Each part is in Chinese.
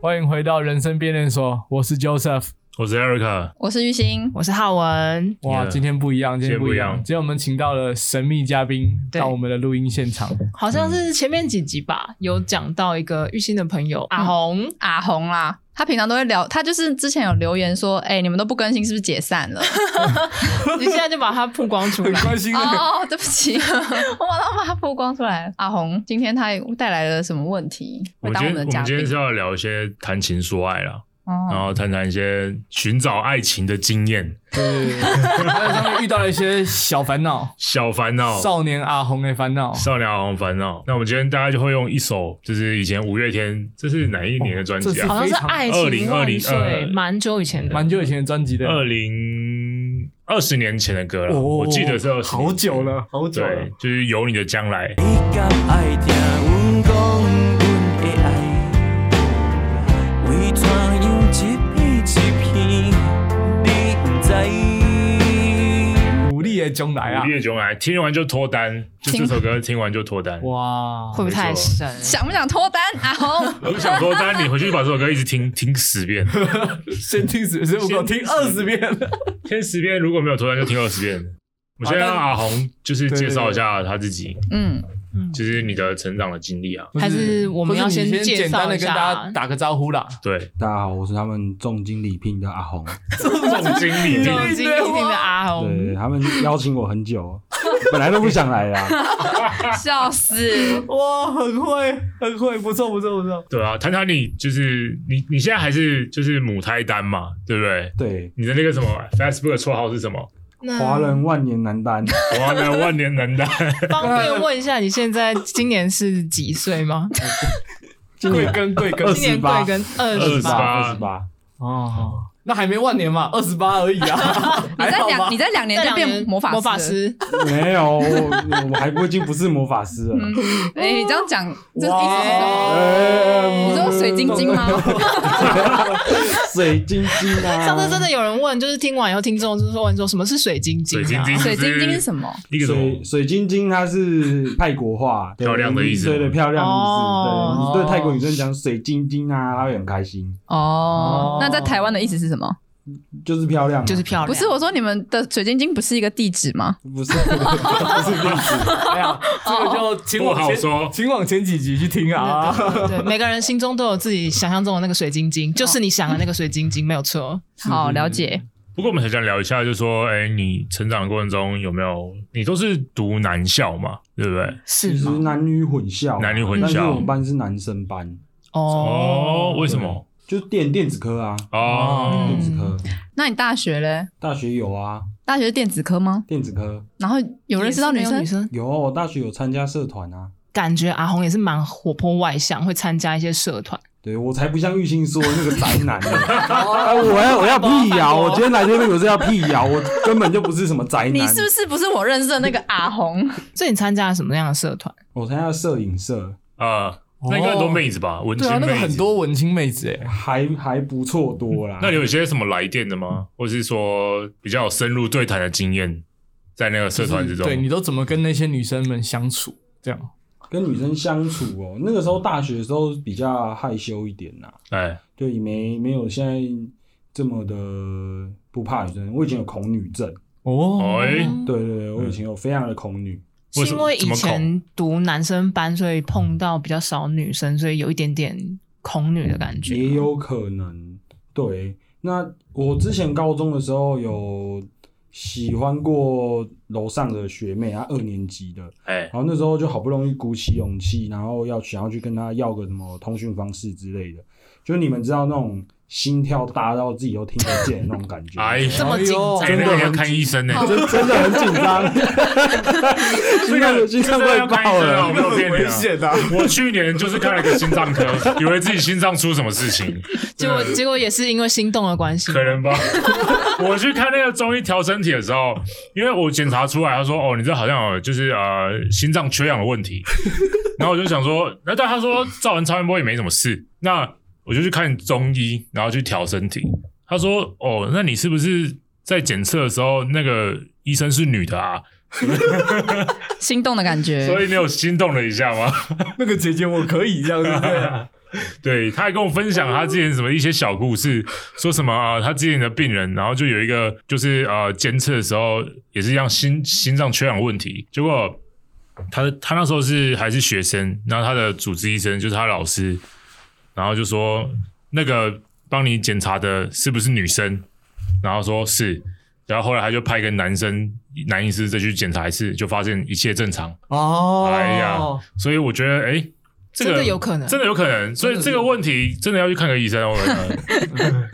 欢迎回到人生辩论所，我是 Joseph。我哦是 Erica，我是玉兴，我是浩文，哇 Yeah 今天不一样，今天不一今天不一样，样今天我们请到了神秘嘉宾对到我们的录音现 场。好像是前面几集吧，有讲到一个玉兴的朋友阿红，阿红啦。他平常都会聊，他就是之前有留言说，哎、你们都不更新，是不是解散了？你现在就把他曝光出来。心哦，对不起， 我马上把他曝光出来了。阿红，今天他带来了什么问题？我会们当今我天们的我嘉们今宾天是要聊一些谈情说爱啦，然哦，后谈谈一些寻找爱情的经验、对，他在上面遇到了一些小烦 恼，小烦恼、少年阿红的烦恼。少年红烦恼。那我们今天大家就会用一首，就是以前五月天，这是哪一年的专辑这是哦啊？好像是爱情万岁， 2020蛮久以前的，蛮久以前的专辑的，二零二十年前的歌了，哦我记得是20好久年前。了，好久了对。，就是有你的将来。你敢爱听阮讲阮的爱？为怎样一片一片，你不知？努力的将哎来啊午！夜囧来，听完就脱单，就这首歌听完就脱单。哇，会不会太深？想不想脱单？阿红，我就想脱单，你回去把这首歌一直听听十遍，先听十，先我听二十遍。听十遍，如果没有脱单就听二 十遍。我先让阿红就是介绍一下他自己，嗯，就是你的成长的经历啊。还是我们要或是先你先介简单绍的一跟下大家打个招呼啦。 对，大家好，我是他们重金礼聘的阿红。总经理，这种经历听的阿对红，他们邀请我很久， 本来都不想来啦。笑死！哇，哦很会，很会，不错，不错，不错。对啊，谈谈你就是你，你现在还是就是母胎单嘛，对不对？对，你的那 个什么 Facebook 的绰号是什么？那华人万年男单，哇，那万年男 单，方便问一下，你现在今年是几岁吗？今贵年庚贵二庚十今年贵跟二十28八，二十八，哦，那还没万年嘛，二十八而已啊， 你还在好吧两你？在两年就变魔法魔法了，师，没有，我我还不已经不是魔法师了。嗯哎、你这样讲，这哇一哎直你说水晶晶吗？ 水晶晶啊！上次真的有人问，就是听完以后，听众就是问说什么是水晶晶、水啊？晶晶，水晶晶是什么？一个什么水？水晶晶，它是泰国话，漂亮的意思对对，漂亮的意哦思。对，你对泰国女生讲水晶晶啊，她会很开心，哦哦，那在台湾的意思是什么？就是漂亮啊，就是漂亮。不是我说你们的水晶晶不是一个地址吗？不是不是这样子。哎呀，这个就请不往好前，说。请往前几集去听啊。 对，对，每个人心中都有自己想象中的那个水晶晶，就是你想的那个水晶晶，没有错。好，了解。不过我们很想聊一下，就说，哎，你成长的过程中有没有？你都是读男校嘛，对不对？是其实吗？男女混校，啊男女混校但是我们班是男生班，哦，为什么？就是电电子科啊，哦，电子科，那你大学嘞？大学有啊，大学是电子科吗？电子科然后有认识到女也是没生有女？生，有，啊我大学有参加社团啊。感觉阿红也是蛮活泼外向，会参加一些社团。对我才不像玉兴说那个宅男 呢，哎我要我要辟谣，我今天来这边我是要辟谣，我根本就不是什么宅男。你是不是不是我认识的那个阿红？所以你参加了什么样的社团？我参加摄影社，啊，那应该很多妹子吧，文青对啊，那个妹很子。多文青妹子哎，还还不错多啦。那你有一些什么来电的吗？或是说比较有深入对谈的经验，在那个社团之中？对你都怎么跟那些女生们相处？这样跟女生相处哦、那个时候大学的时候比较害羞一点啦，哎，对，也没没有现在这么的不怕女生。我以前有恐女症，哦，哎，对对对，我以前有非常的恐女，为是什因么为以前读男生班，所以碰到比较少女生，所以有一点点恐女的感觉。也有可能对。那我之前高中的时候有喜欢过楼上的学妹，她二年级的，哎然，后那时候就好不容易鼓起勇气，然后要想要去跟他要个什么通讯方式之类的，就是你们知道那种心跳大到自己都听不见那种感觉，哎，这么紧张哎，真那的个要很看医生呢，真真的很紧张，心脏心脏快爆这个要看医生啊我没了。有骗你啊 危险的。我去年就是看了个心脏科，以为自己心脏出什么事情，结果结果也是因为心动的关系，可能吧。 我去看那个中医调身体的时候，因为我检查出来，他说：“哦，你这好像有就是呃心脏缺氧的问题。” 然后我就想说，那但他说照完超音波也没什么事，那我就去看中医，然后去调身体。他说：“哦，那你是不是在检测的时候那个医生是女的啊？ 心动的感觉。所以你有心动了一下吗那个姐姐我可以这样，对不对？对，他还跟我分享他之前什么一些小故事，说什么、呃、他之前的病人，然后就有一个就是呃监测的时候也是一样心心脏缺氧问题，结果他他那时候是还是学生，然后他的主治医生就是他老师，然后就说那个帮你检查的是不是女生，然后说是，然后后来他就派一个男生男医师再去检查一次，就发现一切正常， 哦，哎呀所以我觉得哎。诶这个真的有可能真的有可能，所以这个问题真的要去看个医生哦。我觉得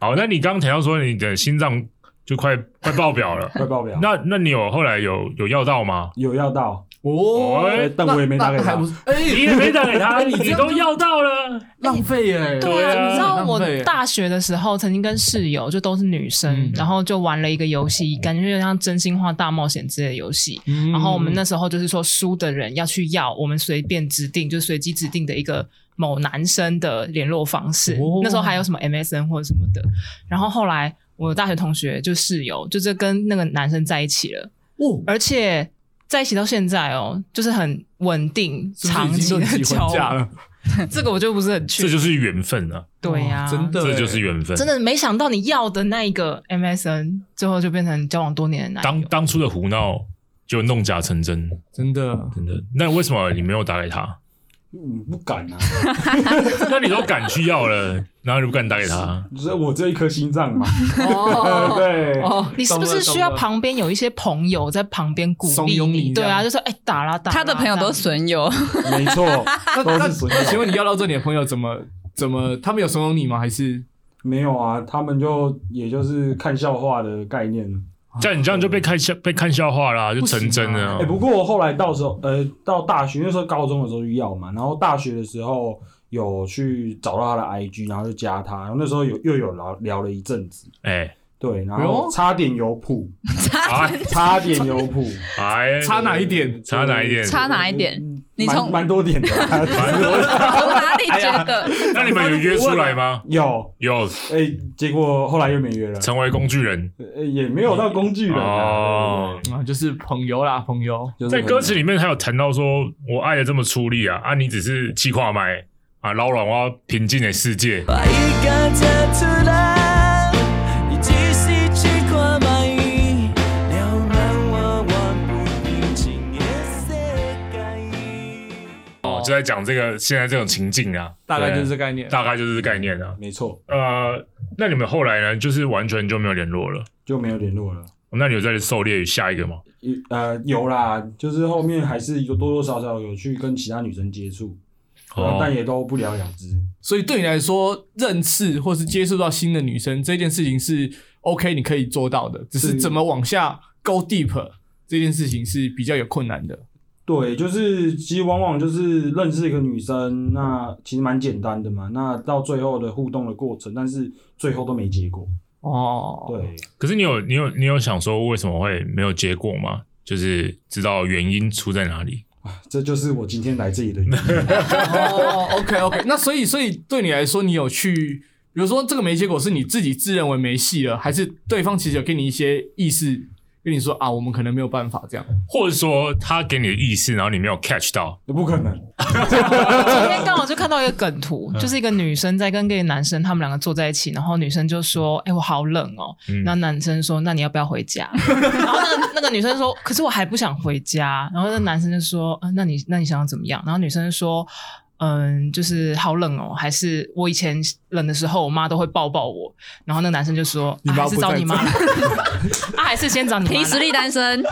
好，那你刚刚提到说你的心脏就快 快爆表了，快爆表。那那你有后来有有要到吗？有要到，哦哎，但我也没打给那还他不。是，哎，你也没打给他，哎你你这样都要到了，浪费哎，对啊你知道浪我费大学的时候曾经跟室友就都是女生，嗯然后就玩了一个游戏，感觉有点像真心话大冒险之类的游戏。嗯然后我们那时候就是说输的人要去要我们随便指定，就随机指定的一个某男生的联络方式。哦那时候还有什么 MSN 或者什么的。然后后来我大学同学就室友，就是跟那个男生在一起了，哦，而且在一起到现在哦，就是很稳定是不是长已期经的论及交婚嫁往。了，这个我就不是很确这定。就是缘分啊，对呀、哇 真的，这就是缘分。真的没想到你要的那一个 MSN，最后就变成交往多年的男当友。当初的胡闹就弄假成真，真的，真的。那为什么你没有打给他？嗯，不敢啊，那你都敢去要了， 然后你不敢打给啊他？这我这一颗心脏嘛，哦 对，哦，你是不是需要旁边有一些朋友在旁边鼓怂励恿你这对样啊，就说哎、打啦 打啦。他的朋友都这是样损友，没错，都是损请友。问你要到这里的朋友怎么怎么？他们有怂恿你吗？还是没有啊，他们就也就是看笑话的概念。这样你这样就被看笑被看笑话啦，就成真了哦 哎、。不过后来到时候，呃，到大学那时候高中的时候就要嘛，然后大学的时候有去找到他的 IG，然后就加他，然后那时候有又有聊聊了一阵子，哎对，然哎后呦差点有谱，差哎差点有谱，哎， 差哪一点？差哪一点？差哪一点？嗯你蛮从蛮多点的 啊，蛮 多的从哪哎里觉 得？那你们有约出来吗？有，有，哎、结果后来又没约了，成为工具人。呃也没有到工具人啊，哦，啊，就是朋友啦，朋友，对对对就是在歌词里，里面还有谈到说，我爱的这么出力啊，啊，你只是气化麦啊，老软我平静的世界。把伊甲吃出来，伊只是试看卖，了咱我原本平静的世界。哦，就在讲这个现在这种情境啊，大概就是对这概念。大概就是这概念啊。没错，呃，那你们后来呢，就是完全就没有联络了。哦就没有联络了。那你有在狩猎下一个吗？一呃，有啦，就是后面还是有多多少少有去跟其他女生接触，哦呃但也都不了了之。所以对你来说，认识或是接触到新的女生这件事情是 OK，你可以做到的，只是是怎么往下 go deep 这件事情是比较有困难的。对，就是其实往往就是认识一个女生，那其实蛮简单的嘛。那到最后的互动的过程，但是最后都没结果。哦，对，可是你有你有你有想说为什么会没有结果吗？就是知道原因出在哪里。这就是我今天来这里的原因。 哦，OK OK，那所以所以对你来说，你有去，比如说这个没结果是你自己自认为没戏了，还是对方其实有给你一些意思，跟你说啊，我们可能没有办法这样。或者说他给你的意思，然后你没有 catch 到，不可能，昨天刚好就看到一个梗 图，就是一个女生在跟一个男生，他们两个坐在一起，然后女生就说：“哎、我好冷哦。嗯然后男生说：“那你要不要回家？” 然后那个那个女生说：“可是我还不想回家。”然后那男生就说：“嗯、那你那你想要怎么样？”然后女生说。嗯，就是好冷哦，还是我以前冷的时候，我妈都会抱抱我。然后那个男生就说：“你妈啊还是不在找你妈来， 啊，还是先找你妈 来。”凭实力单身，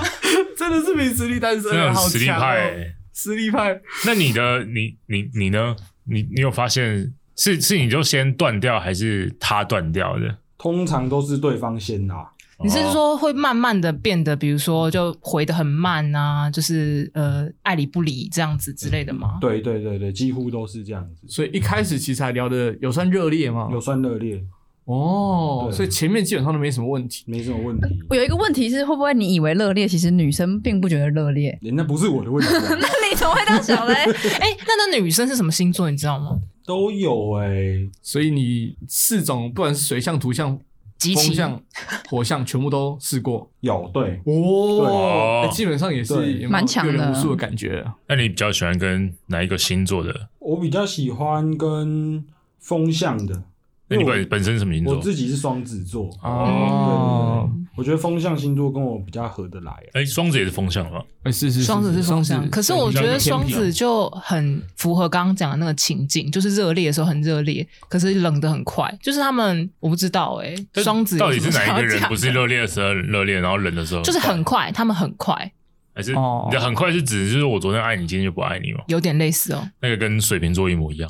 真的是凭实力单身真的好很实力强哦派欸、实力派。那你的你你你呢？你你有发现是是你就先断掉，还是他断掉的？通常都是对方先啦。你是哦说会慢慢的变得，比如说就回的很慢啊，就是呃爱理不理这样子之类的吗？对对对对，几乎都是这样子，所以一开始其实还聊的有算热烈吗？有算热烈，哦，对所以前面基本上都没什么问题。没什么问题。我有一个问题是，会不会你以为热烈，其实女生并不觉得热烈？欸那不是我的问题啊、那 你怎么会这样想嘞？哎、那那女生是什么星座，你知道吗？都有哎、所以你四种，不管是水象、土象、极风其象、火象，全部都试过。有对，哦对哦欸基本上也是对有没有蛮强的阅人无数的感觉。那你比较喜欢跟哪一个星座的我比较喜欢跟风向的，那你因为我本本身什么星我座？啊自己是双子座，嗯哦，我觉得风象星座跟我比较合得来。啊哎，双子也是风象吧？哎是是双子是双风向，可是我觉得双子就很符合刚刚讲的那个情境，就是热烈的时候很热烈，可是冷的很快。就是他们，我不知道哎、但双子有到底什是哪么一个想人要不是讲的热烈的时候热烈，然后冷的时候就是很快，他们很快，还是哦你的很快是指就是我昨天爱你，今天就不爱你吗？有点类似哦。那个跟水瓶座一模一 样，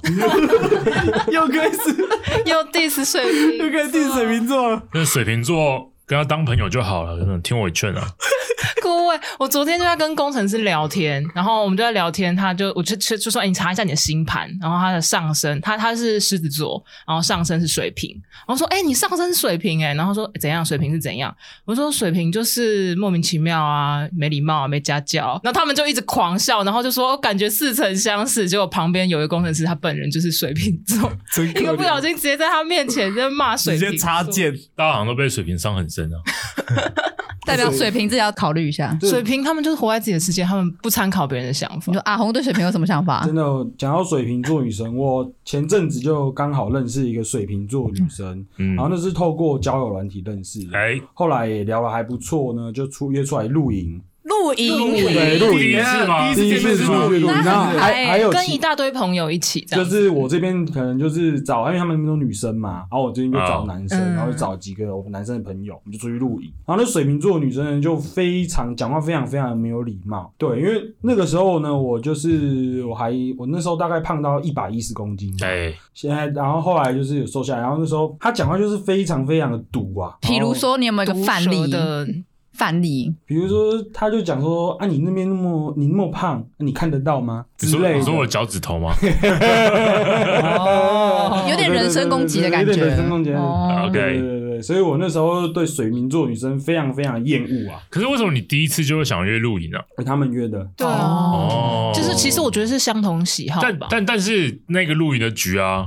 又开始又 diss 水瓶又开始定水瓶座了，那水瓶座跟他当朋友就好了，真的听我一劝啊。各位，我昨天就在跟工程师聊天，然后我们就在聊天，他就我就就就说、哎你查一下你的星盘，然后他的上升，他他是狮子座，然后上升是水瓶，然后说哎、你上升是水瓶哎、然后说哎怎样水瓶是怎样，我说水瓶就是莫名其妙啊，没礼貌啊，没家教，然后他们就一直狂笑，然后就说哦感觉似曾相识，结果旁边有一个工程师，他本人就是水瓶座，真一个可不小怜，心直接在他面前就骂水直瓶，接插。剑，大家好像都被水瓶伤很 深啊。 代表水瓶自己要考虑一下。对水瓶他们就是活在自己的世界，他们不参考别人的想法你。说阿红对水瓶有什么想哎法真？的，讲到水瓶座女神，我前阵子就刚好认识一个水瓶座女生，嗯然，后那是透过交友软体认识的，哎，后来也聊得还不错呢，就出约出来露营，露营哎对，露第一营，啊次吗？第一次出去露营，那然后很嗨还还有跟其一大堆朋友一起这就样子。是我这边可能就是找，因为他们那边都女生嘛，然后我这边就找男生，嗯然后就找几个我男生的朋友，我们就出去露营。然后那水瓶座的女生呢，就非常讲话非常非常没有礼貌。对，因为那个时候呢，我就是我还我那时候大概胖到一百一十公斤吧，哎，现在然后后来就是有瘦下来，然后那时候她讲话就是非常非常的毒啊，比如说，你有没有一个范例？的，范例，比如说，他就讲说啊，你那边那么你那么胖，啊你看得到吗？你之说类你说我的，脚趾头吗？哦有点人身攻击的感对对对对对有点觉人身攻啊击。。哦，OK 对对对，所以我那时候对水瓶座女生非常非常厌恶啊，可是为什么你第一次就会想约露营啊？跟他们约的。对啊，哦，就是其实我觉得是相同喜好但吧。但但是那个露营的局啊，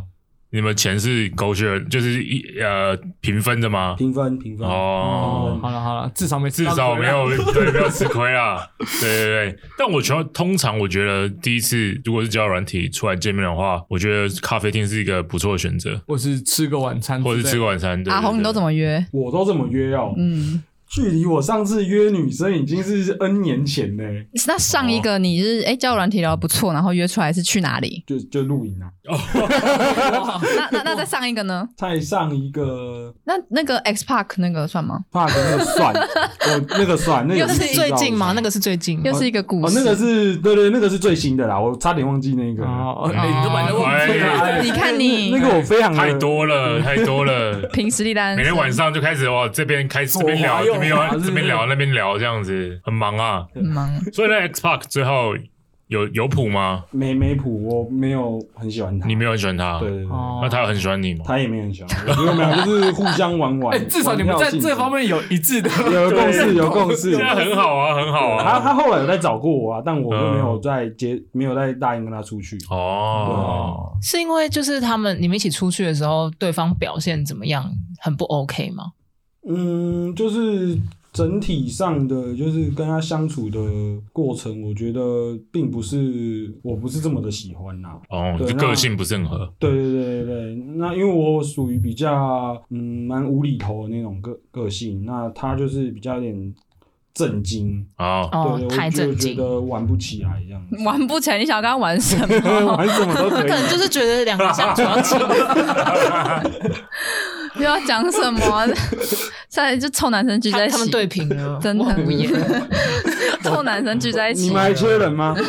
你们钱是狗血，就是一呃平分的吗？评分评分哦哦，好了好了，至少没至少没有对没有吃亏啊，对对对。但我觉得通常我觉得第一次如果是交友软体出来见面的话，我觉得咖啡厅是一个不错的选择，我是吃个晚餐之类或的，者是吃个晚啊餐。对阿红，你都怎么？么约？我都这么约哦。嗯，距离我上次约女生已经是 N 年前欸嘞，？那上一个你是哎交友软体聊得不错，然后约出来是去哪里 就就露营啊。那那那再上一个呢？再上一个那那个 X Park 那个算吗？帕克那个算，我那个算，那又个是最近嘛，嘛，那个是最近吗又是一个故哦，事。那个是对对，那个是最新的啦，我差点忘记那个了。哦，哎，你都把那忘记了，哎你看你那个我非常的太多嗯了，太多 了。凭实力单身，每天晚上就开始哇，这边开这边聊，左滑右滑这边聊，是不是这边聊，那边聊，这样子很忙啊。嗯很忙。所以那 X Park 最后有有谱吗？没没谱，我没有很喜欢他。你没有很喜欢他，对对对，哦那他有很喜欢你吗？他也没有很喜欢我，我觉得我们俩就是互相玩 玩。哎，至少你们在这方面有一致的玩票性质有共识，有共识现。在很好啊，很好 他啊。他后来有在找过我啊，但我就没有再接，没有再答应跟他出去。哦，是因为就是他们你们一起出去的时候，对方表现怎么样，很不 OK 吗？嗯，就是整体上的，就是跟他相处的过程，我觉得并不是，我不是这么的喜欢呐、哦，对就那个性不是很合。对对对对对，那因为我属于比较嗯蛮无厘头的那种个个性，那他就是比较有点震惊，哦，哦对，对，太我就震觉惊。得玩不起来 这样哎子，玩不起来，你想要跟他玩什 么？玩什么都他可可能以。就是觉得两个人相处要亲， 又要讲什么？现在就臭男生聚在他一他起们，对平了，真的我很 无言。臭男生聚在一你起们，还缺人 吗？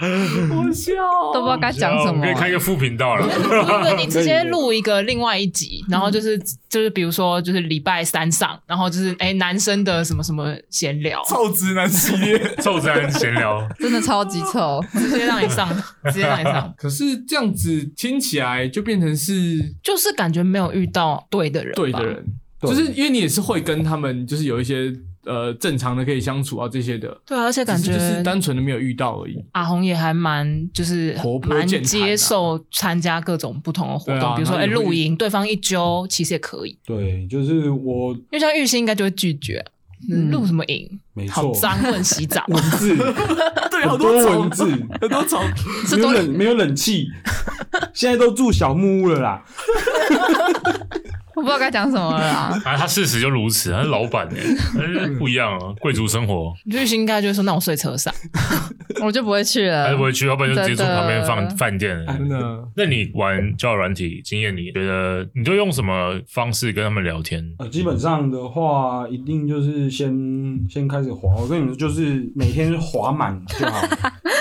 都不知道该讲什我们么啊可以。开一个副频道了。 不不不，你直接录一个另外一集，然后就是就是比如说就是礼拜三上，然后就是哎男生的什么什么闲聊， 臭直男系列。臭直男闲聊，真的超级臭，直接让你上，直接让你上， 可是这样子听起来就变成是就是感觉没有遇到对的人，对的，人，对就是因为你也是会跟他们就是有一些呃正常的可以相处啊这些的，对啊，而且感只是就是觉单纯的没有遇到而已。阿红也还蛮就是活泼蛮健谈啊接受参加各种不同的活对动，啊比如说然后哎也会露营，对方一揪其实也可以，对，就是我因为像玉鑫应该就会拒绝，嗯录什么影？没好错，。脏，不能洗澡 文 字对，好很多多虫文字， 很多虫，这没有都冷没有冷气，现在都住小木屋了啦。我不知道该讲什么了啦。啊，他事实就如此，他是老板 哎、他是不一样啊，贵族生活律师应该就会说，那我睡车上。我就不会去他了就不。会去，要不然就直接住真的旁边饭饭店了。哎真的。那你玩交友软体经验，你觉得你都用什么方式跟他们聊天？呃，基本上的话，一定就是先先开始滑。我跟你们说就是每天滑满就好，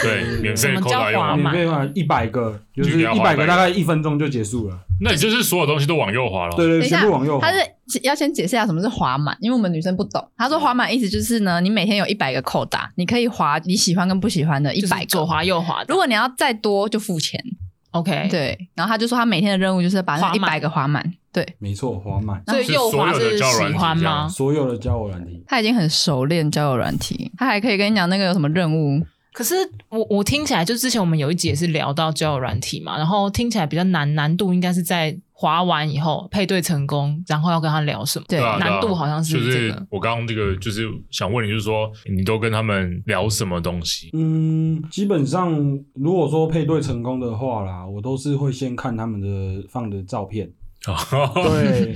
对，免什费么扣叫打用滑啊吗免费滑一百个，就就是是要一滑百100个个，大概一分钟就结束哦了。那你就是所有东西都往右滑了。对对，等一全下部往右滑他。是要先解释一下什么是滑满，因为我们女生不懂。他说滑满意思就是呢，你每天有一百个扣打，你可以滑你喜欢跟不喜欢的一就是百左个。滑右滑的如果你要再多就付钱， ，OK，，对。然后他就说他每天的任务就是把那滑一满百个滑满，对没错，滑满所以是右滑所有的是交友软喜体欢这样吗？所有的交友软体。他已经很熟练交友软体，他还可以跟你讲那个有什么任务。可是我我听起来，就之前我们有一集也是聊到交友软体嘛，然后听起来比较难，难度应该是在滑完以后配对成功，然后要跟他聊什么。对啊，难度好像是就这是个我刚刚这个就是想问你，就是说你都跟他们聊什么东西？嗯，基本上如果说配对成功的话啦，我都是会先看他们的放的照片。对，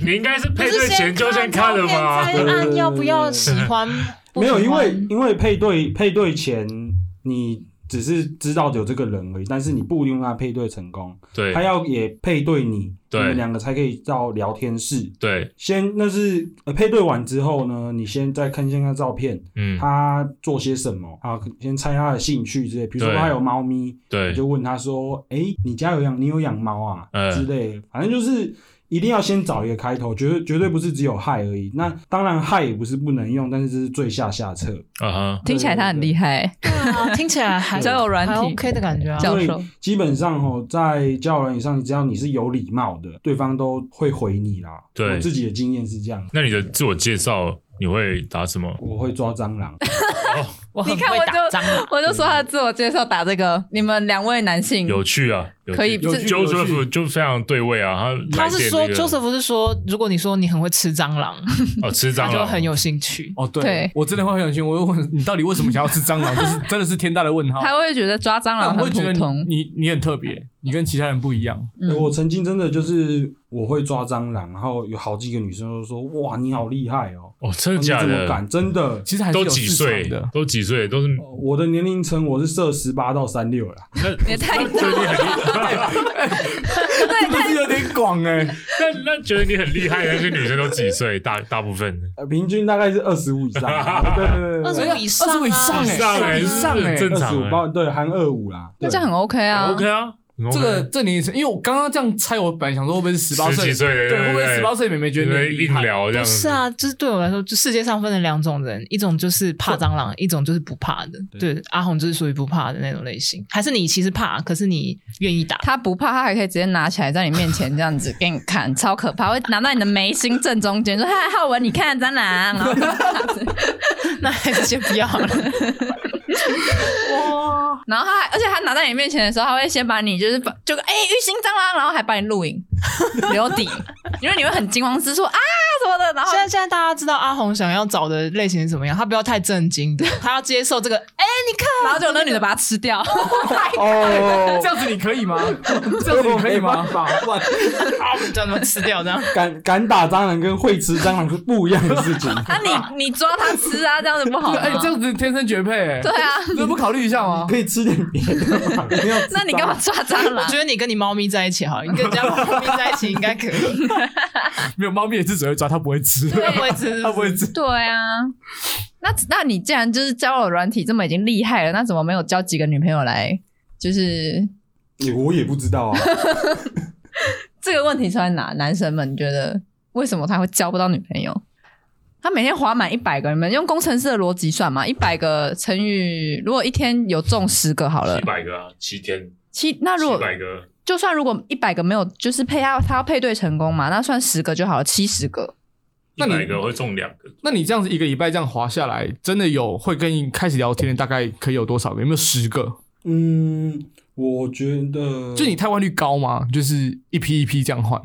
你应该是配对前就先看了吧？对再对对按对要不要喜 欢？不 没喜有，欢因为因为配对配对前你只是知道有这个人而已，但是你不一定让他配对成功，对他要也配对你，对你们两个才可以到聊天室。对，先那是、呃、配对完之后呢，你先再看一下他照片，嗯，他做些什么啊？先猜他的兴趣之类，比如说对他有猫咪，对你就问他说：“哎、你家有养你有养猫啊？”嗯之类，反正就是一定要先找一个开头，绝对绝对不是只有嗨而已。那当然嗨也不是不能用，但是这是最下下策。啊哈，听起来他很厉害，对啊听起来还交友软体还 OK 的感觉啊。教所以授基本上哦，在交友软以上，只要你是有礼貌的，对方都会回你啦。对我自己的经验是这样，那你的自我介绍你会打什嗯么？我会抓蟑螂。我很你看会我打就蟑螂，我就说他的自我介绍打这个，你们两位男性有趣啊，有趣可以有有趣趣 Joseph 就非常对味啊，他 他来是电说那个 Joseph 是说，如果你说你很会吃蟑螂，哦吃他蟑就螂很有兴趣。哦，对，对我真的会很心，我会问你到底为什么想要吃蟑螂，就是真的是天大的问号。他会觉得抓蟑但螂我很会觉得普你通。你你很特别，你跟其他人不一样。嗯我曾经真的就是我会抓蟑螂，然后有好几个女生都说：“哇，你好厉害哦、哦，真你的假怎么的？敢？真的。其实还是都有几市岁场的？，都几岁？ 都是呃我的年龄层我是设十八到三六啦，那你也哎太那觉得你很厉害，真的是有点广哎。那那觉得你很厉害的那些女生都几岁？大大部分呃平均大概是二十五以上啦，对对 对对25以上啊二十五以上以上哎，哎，以上哎是。正对，二常十哎五包对含二五啦，那对这样很 OK 啊 OK 啊，很 OK 这个这年龄层，因为我刚刚这样猜，我本来想说会不会是十八十岁几，岁的，对，会不会对十八岁妹妹觉得你因很为厉硬害？聊这样不子？是啊，就是对我来说，就世界上分了两种人，一种就是怕蟑螂，一种就是不怕的。对，阿红就是属于不怕的那种类型，还是你其实怕，可是你 愿意打？他不怕，他还可以直接拿起来在你面前这样子给你看，超可怕，会拿到你的眉心正中间，说：“嗨，浩文，你看蟑螂。” 然后那还是先不要 好了。然后他还，而且他拿在你面前的时候，他会先把你就是把就哎、欸、玉形蟑螂，然后还把哎你录影 留底，因为你会很惊慌失措啊什么的，然后 现在现在大家知道阿红想要找的类型是什么样，他不要太震惊的， 他要接受这个。哎、你看，然后就有那女的把它吃掉， 啊欸哦这，样子你可以吗？ 这样子你可以吗 没办？法哇啊，叫他们吃掉这样。敢敢打蟑螂跟会吃蟑螂是不一样的事 情。啊你你抓它吃啊，这样子不好吗？哎，这样子天生绝配哎对。啊，这不考虑一下吗？可以吃点别的嘛，一定要吃那你干嘛蟑抓蟑我 螂觉？得你跟你猫咪在一起好了，你跟人家猫咪在一起应该可以， 没有，猫咪也是只会抓，它不会吃，它不会 吃。它不会吃。 对啊，那那你既然就是交友软体这么已经厉害了，那怎么没有交几个女朋友来？就是螂？我 也不知道啊，这个问题出在哪？男生们你觉得为什么他会交不到女朋友？他每天滑满一百个，你们用工程师的逻辑算嘛？一百个乘以如果一天有中十个好了七，百个啊，七天，七那如七果百个，就算如果一百个没有，就是配他他要配对成功嘛，那算十个就好了，七十个。一那你百个会中两个，那你这样子一个礼拜这样滑下来，真的有会跟你开始聊天的，大概可以有多少个？有没有十个？嗯，我觉得就你汰换率高吗？就是一批一批这样换，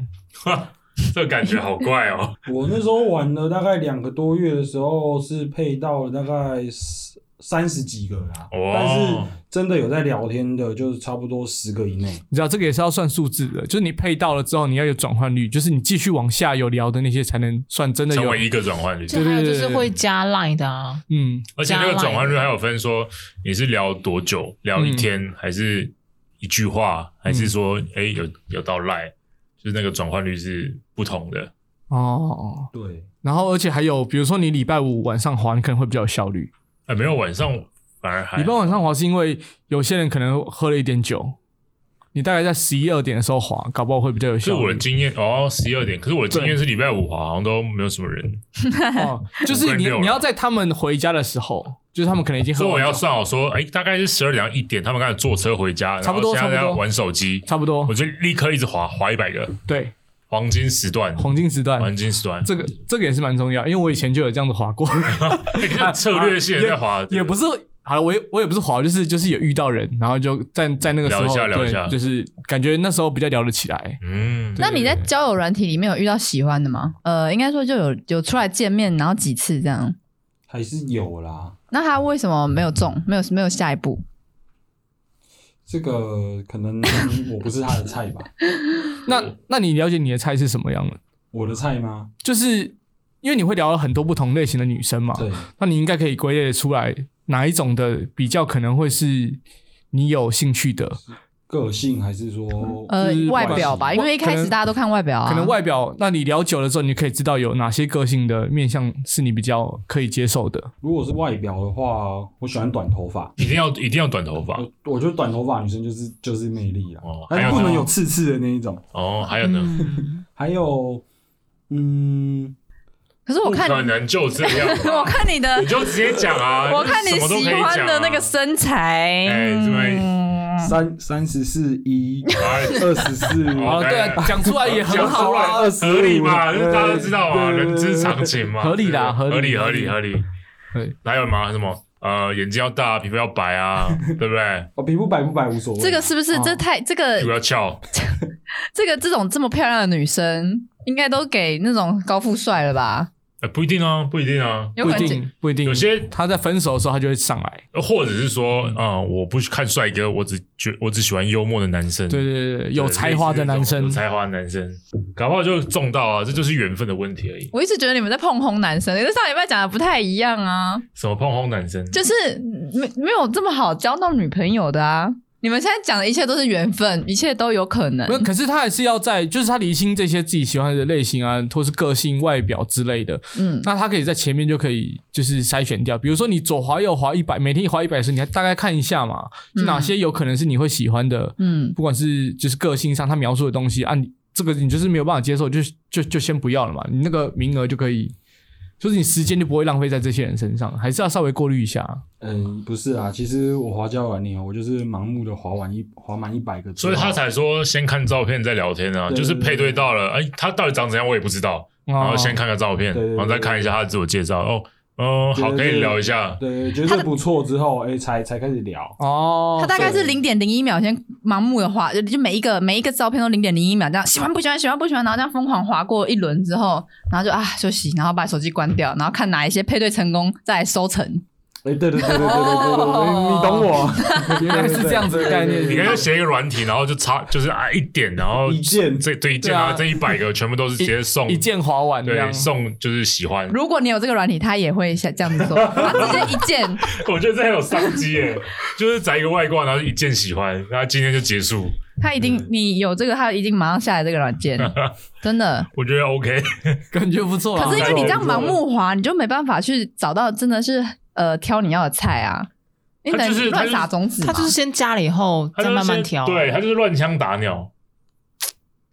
这感觉好怪 哦。我那时候玩了大概两个多月的时候，是配到了大概三三十几个啦，哦但是真的有在聊天的，就是差不多十个以内。你知道这个也是要算数字的，就是你配到了之后，你要有转换率，就是你继续往下有聊的那些才能算真的成有。为一个转换率，就还有就对对是对对会加 line 的啊，嗯，而且那个转换率还有分说你是聊多久，聊嗯一天、还是一句话，还是说哎、诶有有到赖，就是那个转换率是不同的。哦，对，然后而且还有，比如说你礼拜五晚上滑，你可能会比较有效率。哎、没有晚上反而还礼拜晚上滑是因为有些人可能喝了一点酒，你大概在十一二点的时候滑，搞不好会比较有是效我率的。经验哦，十二点。可是我的经验是礼拜五好像都没有什么人，哦，就是你五跟六了你要在他们回家的时候，就是他们可能已经喝所以完我要酒算好说，哎、大概是十二点到一点，他们刚才坐车回家，差不多然后现在差不在多玩手机，差不多我，就立刻一直滑滑一百个对，黄金时段，黄金时段。黄金时段，这个这个也是蛮重要，因为我以前就有这样子滑 过，哎你看策略性地在滑，啊也不是好了，我也我也不是滑，就是就是有遇到人，然后就在在那个时候聊一下聊一对下就是感觉那时候比较聊得起来。嗯，那你在交友软体里面有遇到喜欢的吗？呃，应该说就有有出来见面，然后几次这样。还是有啦。那他为什么没有中？没有没有下一步？这个可能我不是他的菜吧？嗯那那你了解你的菜是什么样的？我的菜吗？就是因为你会聊到很多不同类型的女啊生嘛，对，那你应该可以归类出来哪一种的比较可能会是你有兴趣的，个性还是说嗯呃就是，外表吧，外因为一开可始能大家都看外表啊。可能外表，那你聊久了之后，你可以知道有哪些个性的面相是你比较可以接受的。如果是外表的话，我喜欢短头发。一定要一定要短头发我我觉得短头发女生就是就是魅力啦啊哦，还但有是不能呢有刺刺的那一种。哦，还有呢。嗯还有，嗯，可是我看不可你，，能就这样啊我看你的 你，就直接讲啊！我看你什么都可以喜讲啊欢的那个身材。哎对嗯三三十四一哎二 十四，哦，对啊，讲出来也很讲好出啊。来合理嘛，对就是大家都知道嘛，对人之常情嘛，合理啦对不对合合理理合理合对理。还有吗？什么？呃，眼睛要大，皮肤要白啊，对不对？哦，皮肤白不白无所谓。这个是不是哦这太这屁股个要翘，这个这种这么漂亮的女生，应该都给那种高富帅了吧？呃，不一定啊，不一定啊。有不可一能定，不一定。有些他在分手的时候，他就会上来。呃或者是说，啊，我不看帅哥，我只觉我只喜欢幽默的男生，对嗯对，对对，对有才华的男生有。才华的男生，搞不好就中到啊，这就是缘分的问题而已。我一直觉得你们在碰轰男生，你跟上礼拜讲的不太一样啊，什么碰轰男生，就是没没有这么好交到女朋友的啊。你们现在讲的一切都是缘分，一切都有可能没。有，可是他还是要在，就是他厘清这些自己喜欢的类型啊，或是个性、外表之类的。嗯，那他可以在前面就可以就是筛选掉，比如说你左滑右滑一百，每天一滑一百次，你还大概看一下嘛，就哪些有可能是你会喜欢的，嗯不管是就是个性上他描述的东西啊，你这个你就是没有办法接受，就就就先不要了嘛，你那个名额就可以，就是你时间就不会浪费在这些人身上，还是要稍微过滤一下。嗯，不是啊，其实我滑交友软件哦，我就是盲目的滑完一滑满一百个之所后，以他才说先看照片再聊天啊，对就是配对到了，哎，他到底长怎样我也不知道，哦然后先看个照片，对对对然后再看一下他的自我介绍，哦，嗯，好，对对可对以聊一下，对觉得不错之后，哎，才才开始聊。哦，他大概是对零点零一秒先盲目的划，就就每一个每一个照片都零点零一秒这样，喜欢不喜欢，喜欢不喜欢，然后这样疯狂划过一轮之后，然后就啊休息，然后把手机关掉，然后看哪一些配对成功，再来收成。 哎，对对对对对对对对，你你懂我， 原来是这样子的哦概念你应应该该写一个软体，然后就差就是啊一点，然后一键这对一键对啊啊，这一百个全部都是直接送一键滑完这样对，送就是喜欢，如果你有这个软体，他也会像这样子做，他直接一键。 我觉得这很有商机耶，就是摘一个外挂，然后一键喜欢，然后今天就结束，他一定，你有这个，他一定马上下载这个软件，真的。我觉得 OK，感觉不错啊。可是因为你这样盲目滑，你就没办法去找到真的是呃挑你要的菜啊，你等他就是于他乱就是撒种子嘛。他就是先加了以后他再就是慢慢调，啊对他就是乱枪打鸟，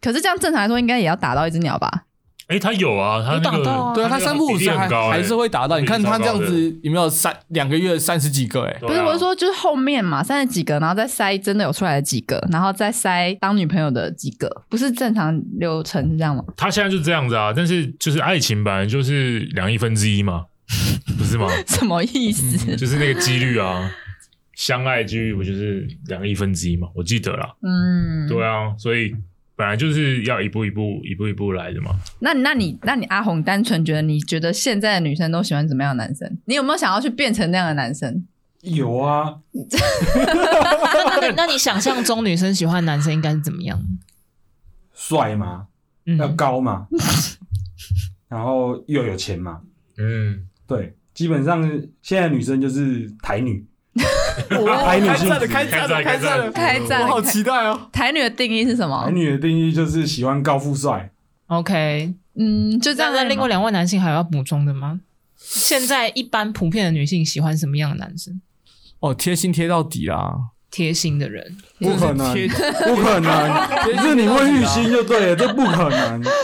可是这样正常来说应该也要打到一只鸟吧？哎，他有啊，他那有打到个啊对啊，他那个三不五比时例还很高耶还是会达到。你看他这样比例子有没有三两个月三十几个？哎，对啊不是，我是说就是后面嘛，三十几个，然后再筛真的有出来的几个，然后再筛当女朋友的几个，不是正常流程是这样吗？ 他现在就这样子啊，但是就是爱情本来就是两亿分之一嘛， 不是 吗？什么意思？就是那个几率啊，相爱几率不就是两亿分之一嘛？我记得啦，嗯，对啊，所以本来就是要一步一步、一步一步来的嘛。那那你那你阿红单纯觉得你觉得现在的女生都喜欢怎么样的男生？你有没有想要去变成那样的男生？有啊，那 那你那你想象中女生喜欢男生应该是怎么样？帅嘛，嗯要高 嘛，然后又有钱嘛，嗯，对，基本上现在女生就是台女，开台女战性了，质开战了，开战了，开战我了好期待哦！台女的定义是什么台？女的定义就是喜欢高富帅， OK，嗯，就这那样那而已嘛。另外两位男性还有要补充的吗？现在一般普遍的女性喜欢什么样的男生？哦，贴心贴到底啦！贴心的人，不可能，贴不可 能，贴这你会预心就对了，这不可啊能。哎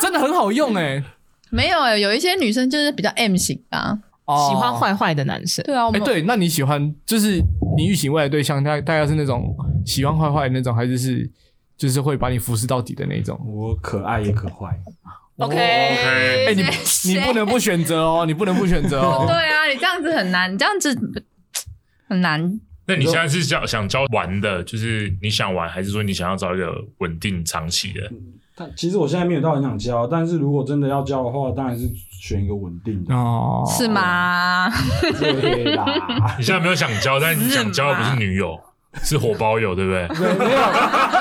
真的很好用哎。没有哎、有一些女生就是比较 M 型啊。哦喜欢坏坏的男生。对啊，我哎，们、对，那你喜欢就是你预期未来对象，大大概是那种喜欢坏坏的那种，还是是就是会把你服侍到底的那种？我可爱也可坏，哦 OK， OK 哎，你谁你不能不选择哦，你不能不选择 哦。对啊，你这样子很难，你这样子很难。那你现在是想想交玩的，就是你想玩，还是说你想要找一个稳定长期的？嗯但其实我现在没有到很想交，但是如果真的要交的话，当然是选一个稳定 的。哦，是吗？对啦，你现在没有想交，但是你想交的不是女 友，是火包友，对不对？对，没有，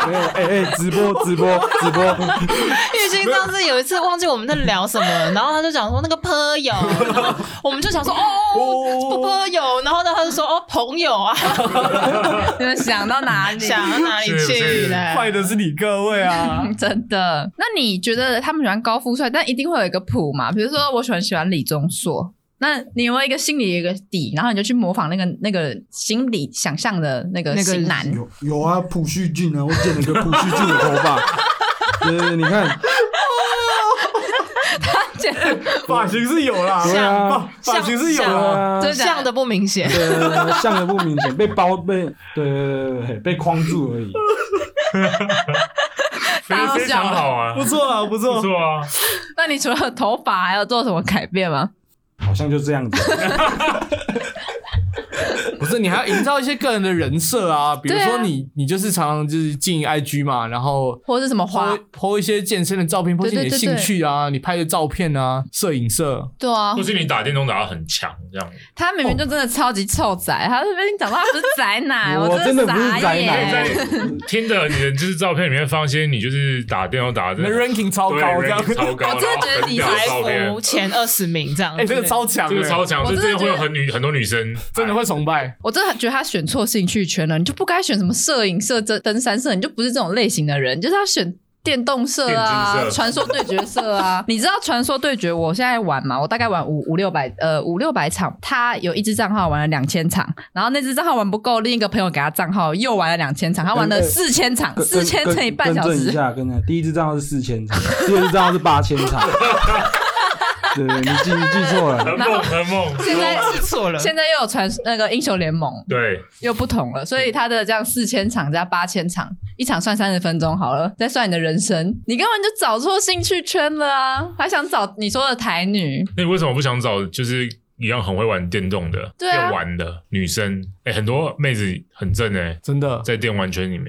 没有，哎、哎、直播直播直播，玉兴上次有一次忘记我们在聊什么， 然后他就讲说那个朋友，然后我们就想说哦。不哦，朋友，然后呢，他就说哦，朋友啊， 你们想到哪里？ 想到哪里去了？坏的是你各位啊！ 真的？那你觉得他们喜欢高富帅，但一定会有一个谱嘛？比如说，我喜欢喜欢李钟硕，那你有没有一个心里有一个底，然后你就去模仿那个那个心里想象的那个那个型男？有有啊，朴叙俊啊，我剪了个朴叙俊的头发，对对对，你看，发型是有啦，对啊，哦发型是有啦。真真的像的不明显。呃，像的不明显，被包被对对对对被框住而已。非非常好啊，不错啊，不不错。错啊。那你除了头发，还有做什么改变吗？好像就这样子，不是，你还要营造一些个人的人设啊，比如对说啊你，你就是常常就是进 IG 嘛，然后或者是什么花 po？po 一些健身的照片，po 一些对你对的对兴对趣啊，你拍的照片啊，摄影社。对啊或，是你打电动打到很强这样，他明明就真的超级臭宅，他这边讲到他不是宅男， 我真真的不是傻宅眼。男在听的你的就是照片里面放一些你就是打电动打你的的 ranking 超对高，这样 ranking 超高，我真的然后觉得很你屌的排照片服前二十名这样。 哎，这个超强这个欸，超强，我这真的这会有觉得很女很多女生真的会崇拜。我真的觉得他选错兴趣圈了，你就不该选什么摄影社、登登山社，你就不是这种类型的人，你就是要选电动社电啊竞、社传说对决社 啊。你知道传说对决我现在玩嘛？我大概玩五五六百呃五六百场，他有一只账号玩了两千场，然后那只账号玩不够，另一个朋友给他账号又玩了两千场，他玩了跟四千场，跟四千跟乘以半小更正一时。下，跟正第一支账号是四千场，第二支账号是八千场。对，你记你记错了，哎很猛很猛，现在记 错了，现在又有传那个英雄联盟对，又不同了，所以他的这样四千场加八千场，一场算三十分钟好了，再算你的人生，你根本就找错兴趣圈了啊！还想找你说的台女，那你为什么不想找就是一样很会玩电动的、对啊电玩的女生？哎、很多妹子很正哎、真的，在电玩圈里面，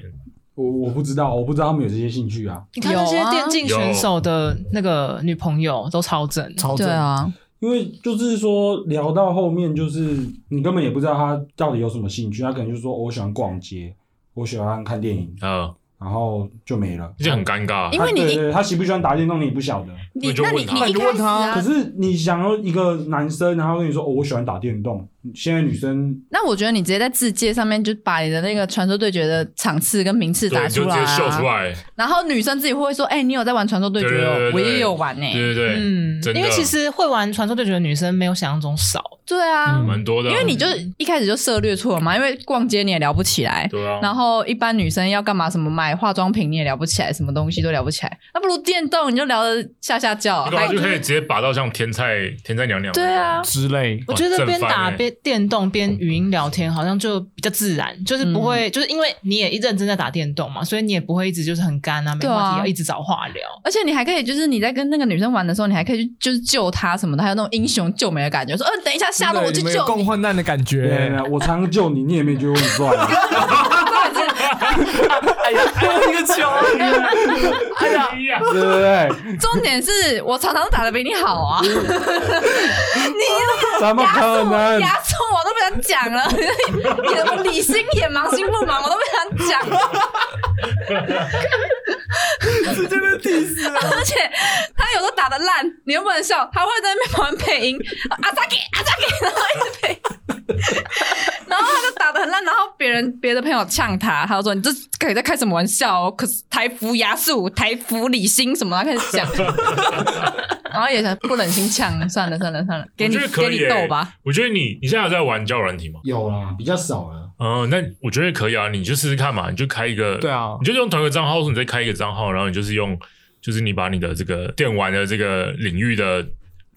我我不知道，我不知道他们有这些兴趣啊，你看那些有啊电竞选手的那个女朋友都超正，超对正。啊，因为就是说聊到后面，就是你根本也不知道他到底有什么兴趣，他可能就说、哦我喜欢逛街，我喜欢看电影，呃，然后就没了。而且很尴尬因。为你他对一对对他喜不喜欢打电动你也不晓得，你那就那你问他你一开那你就问始他啊可，是你想要一个男生，然后跟你说哦我喜欢打电动，现在女生那我觉得你直接在字界上面就把你的那个传说对决的场次跟名次对，打你出就直来、接秀啊，出来，然后女生自己会说，哎、你有在玩传说对决哦，对对对对我也有玩呢、对对啊对，嗯真，的因为其实会玩传说对决的女生没有想象中少，对啊。嗯蛮多的啊、因为你就是一开始就涉略错了嘛，因为逛街你也聊不起来，对哦啊，然后一般女生要干嘛？什么买化妆品你也聊不起来，什么东西都聊不起来，那不如电动你就聊得下下叫。对啊还就可以直接拔到像天菜天菜娘娘。对啊，之类，我觉得正边翻打欸边电动边语音聊天好像就比较自然，就是不会，就是因为你也一认真在打电动嘛，所以你也不会一直就是很干啊，没对啊话题要一直找话聊。而且你还可以，就是你在跟那个女生玩的时候，你还可以去就是救她什么的，还有那种英雄救美的感觉，说，嗯、等一下下路我去真的你们有救共你。患难的感哎对对觉。对我常救你，你也没觉得我很帅啊。到底是哎呀，还有一个球，哎呀，一样，对不 对？重点是我常常打的比你 好啊，你怎么压可住我，能？压住我都不想讲了， 你的理心也忙，心不忙，我都不想讲。 真的第四，啊 而且他有时候打的烂，你又不能笑，他会在那边旁边配音，啊阿扎给阿扎给，然后一直配音，然后他就打的很烂，然后别人别的朋友呛他，他就说你这可以在开什么玩笑、哦？可是台服牙术、台服李欣什么的，他开始 讲，然后也想不忍心呛，算了算了算了，给你我觉得可给以欸你耶逗吧。我觉得你你现在有在玩交友软体吗？有啦，比较少了。嗯，那我觉得可以啊，你就试试看嘛，你就开一个，对啊你就用同一个账号，或者你再开一个账号，然后你就是用，就是你把你的这个电玩的这个领域的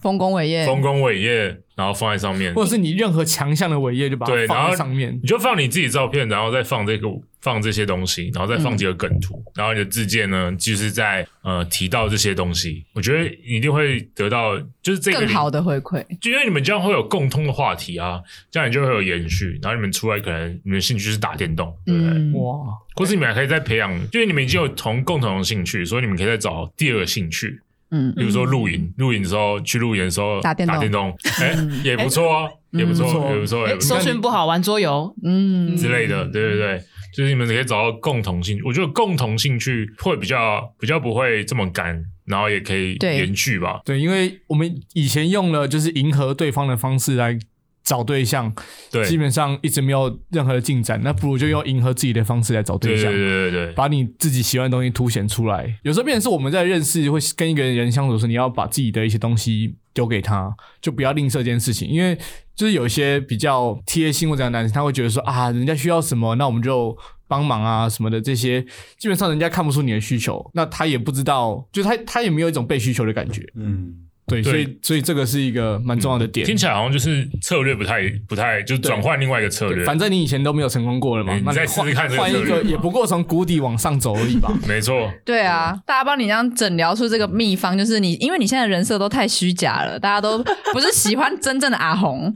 丰功伟业，丰功伟业，然后放在上面，或者是你任何强项的伟业就把对它然放后在上面你。就放你自己照片，然后再放这个放这些东西，然后再放几个梗图，然后你的字界呢，就是在呃提到这些东西，我觉得你一定会得到就是这个更领好的回馈，就因为你们这样会有共通的话题啊，这样你就会有延续，然后你们出来可能你们兴趣是打电动，对不对？嗯，哇，或是你们还可以再培养，因为你们已经有同共同的兴趣，所以你们可以再找第二个兴趣，嗯，比如说露营，露营的时候去露营的时候打电动嗯哎打电动，哎、也不错哦，也不错，嗯也不错，也不错。哎搜寻不好玩桌游，嗯，之类的，对对对，就是你们可以找到共同兴趣。我觉得共同兴趣会比较比较不会这么干，然后也可以对延续吧。对，因为我们以前用了就是迎合对方的方式来找对象，对，基本上一直没有任何的进展，那不如就用迎合自己的方式来找对对对象。对对对，把你自己喜欢的东西凸显出来，有时候变成是我们在认识会跟一个人相处的时候，你要把自己的一些东西丢给他，就不要吝啬这件事情，因为就是有一些比较贴心或者怎样的男生，他会觉得说啊，人家需要什么，那我们就帮忙啊什么的，这些基本上人家看不出你的需求，那他也不知道，就他他也没有一种被需求的感觉，嗯，对，对嗯所以所以这个是一个蛮重要的点。听起来好像就是策略不太不太，就是转换另外一个策略。反正你以前都没有成功过了嘛嗯，那你再你换试试看这个换一策个，略也不过从谷底往上走而已吧。没错，对啊，大家帮你这样诊疗出这个秘方，就是你，因为你现在人设都太虚假了，大家 都不是喜欢真正的阿红，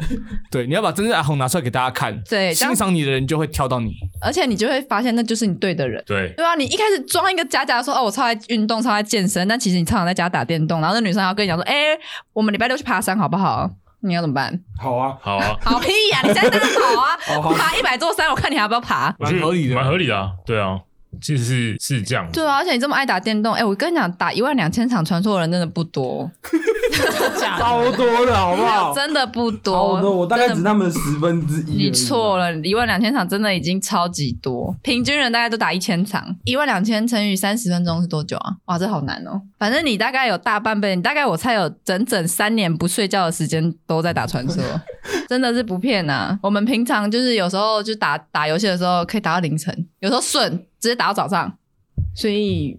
对，你要把真正的阿红拿出来给大家看，哎对当欣赏你的人就会挑到你。而且你就会发现那就是你对的人。对对啊，你一开始装一个假假的说哦，我超爱运动，超爱健身，但其实你常常在家打电动，然后那女生还要跟你讲说，哎、我们礼拜六去爬山好不好？你要怎么办？，好啊，好啊好屁呀、你现在当然 好啊好哦好，爬一百座山，我看你还要不要爬？我觉得蛮合理的，蛮合理的啊，对啊，其实是是这样。对啊，而且你这么爱打电动，哎、我跟你讲，打一万两千场传说的人真的不多，超多的好不好？真的不多，超多，我大概真的只他们十分之一。啊你错，了，一万两千场真的已经超级多，平均人大概都打一千场，一万两千乘以三十分钟是多久啊？哇，这好难哦。反正你大概有大半辈，你大概我猜有整整三年不睡觉的时间都在打传说，真的是不骗呐、我们平常就是有时候就打打游戏的时候可以打到凌晨，有时候顺直接打到早上，所以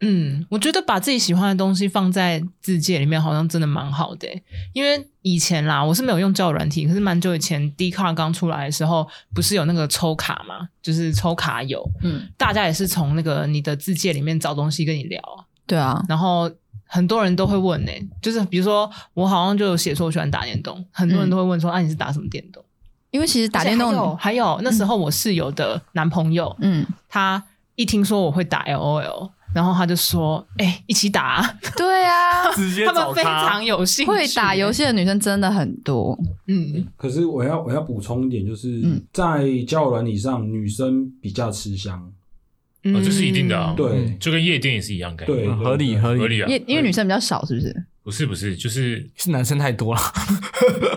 嗯，我觉得把自己喜欢的东西放在字界里面，好像真的蛮好的欸、因为以前啦，我是没有用交友软体，可是蛮久以前 d c a r 刚出来的时候，不是有那个抽卡嘛，就是抽卡友，嗯，大家也是从那个你的字界里面找东西跟你聊啊，对啊，然后很多人都会问呢、欸就是比如说我好像就有写说我喜欢打电动，很多人都会问说，啊你是打什么电动？因为其嗯实打电而且还有动，还有那时候我室友的男朋友，嗯，他一听说我会打 LOL，然后他就说，哎、一起打啊、对啊直接他们非常有兴趣，会打游，戏的女生真的很多，嗯，可是我要我要补充一点，就是嗯在交友软体上，女生比较吃香。嗯哦这是一定的啊对就跟夜店也是一样概念，对，嗯合理对合合理，理啊因，嗯为因为女生比较少，是不是？不是不是，就是是男生太多了。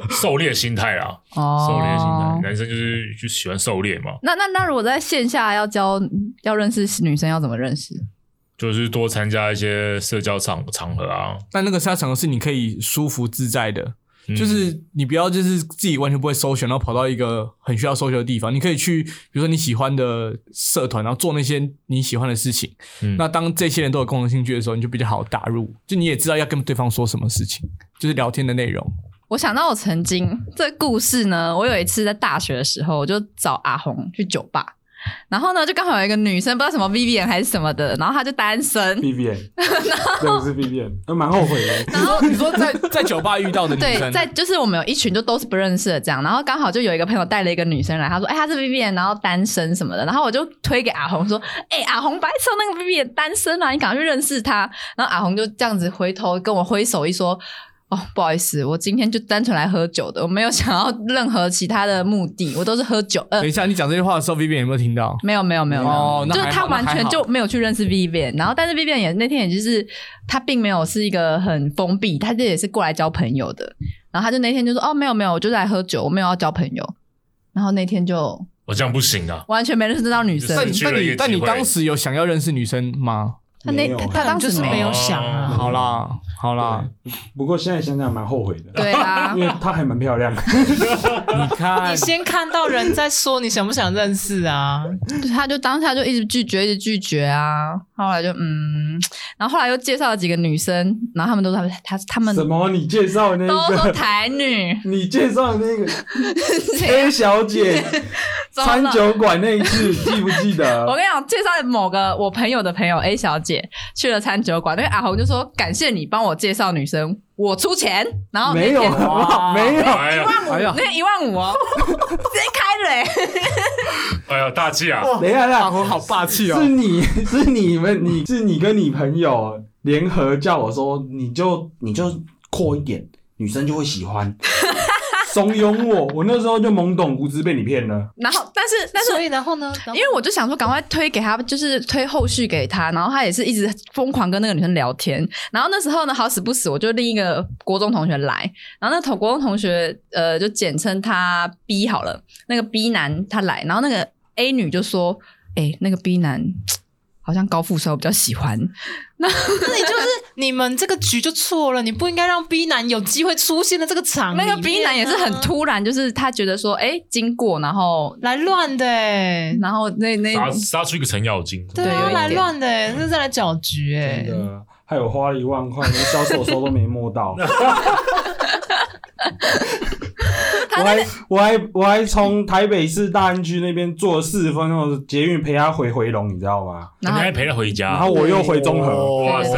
狩猎心态啊， 哦，狩猎心态，男生就是就喜欢狩猎嘛，那那那如果在线下要教要认识女生，要怎么认识？就是多参加一些社交场场合啊，但那个沙场是你可以舒服自在的，嗯就是你不要就是自己完全不会搜寻，然后跑到一个很需要搜寻的地方。你可以去，比如说你喜欢的社团，然后做那些你喜欢的事情。嗯那当这些人都有共同兴趣的时候，你就比较好打入，就你也知道要跟对方说什么事情，就是聊天的内 容。我想到我曾经这故事呢，我有一次在大学的时候，我就找阿红去酒吧，然后呢，就刚好有一个女生，不知道什么 Vivian 还是什么的，然后她就单身， B B N，对，是 B B N，呃蛮后悔的。你说你说在在酒吧遇到的女对，生，在就是我们有一群就都是不认识的这样，然后刚好就有一个朋友带了一个女生来，她说：“哎、她是 Vivian，然后单身啊什么的。”然后我就推给阿红说：“哎、阿红白色那个 Vivian 单身啊，你赶快去认识她。”然后阿红就这样子回头跟我挥手一说。哦，不好意思，我今天就单纯来喝酒的，我没有想要任何其他的目的，我都是喝酒。呃 等，一下你讲这句话的时候，Vivian 有没有听到？没有没有没有，没有哦那就还是好他完那还全好就没有去认识 Vivian，然后但是 Vivian 也那天也就是他并没有是一个很封闭，他这也是过来交朋友的，然后他就那天就说哦没有没有，我就是来喝酒，我没有要交朋友，然后那天就我这样不 行啊，完全没认识到女生就但是，你去但了一你个但你机会当时有想要认识女生吗？他那没有他他当就时是没有，有想嗯啊，好啦，好啦，不过现在想想蛮后悔的，对啊因，为她还蛮漂亮。你看哦你，先看到人再说，你想不想认识啊？就是他就当下就一直拒绝，一直拒绝啊，后来就嗯，然后后来又介绍了几个女生，然后他们都说他他他们什么？你介绍那都说个？，台女你介绍 那个谁啊 A 小姐 糟餐了酒馆那一次，记不记我得？跟你讲，介绍某个我朋友的朋友 A 小姐去了餐酒馆，那个阿红就说：“感谢你帮我介绍女生，我出钱。”然后那没有，啊天 好不好哇没有。哎呀，哎呀，那一万五哦，直接开了、欸。哎呀，大气啊！等一下，等哦一大下，红好霸气哦是！你是你们你是你跟你朋友联合叫我说，你就你就阔一点，女生就会喜 欢。怂恿我，我那时候就懵懂无知，被你骗了。然后，但是，但是所。以然后呢？因因为我就想说，赶快推给他，就是推后续给他，然后他也是一直疯狂跟那个女生聊天。然后那时候呢，好死不死，我就另一个国中同学来，然后那头国中同学，呃，就简称他 B 好了，那个 B 男他来，然后那个 A 女就说：“哎、那个 B 男好像高富帅，我比较喜欢。”那你就是你们这个局就错了，你不应该让 B 男有机会出现在这个场里那面啊、个 B 男也是很突然，就是他觉得说：“哎、经过，然后，来乱的、欸，然后那那杀杀出一个程咬金，对对有啊，一点来乱的、欸，这是在来搅局哎、真的，害我花了一万块，连小手手都没 摸到。我还我还我还从台北市大安区那边坐四十分钟的捷运陪他回回龙，你知道吗？你然后还陪他回家，然后我又回中和，哇塞，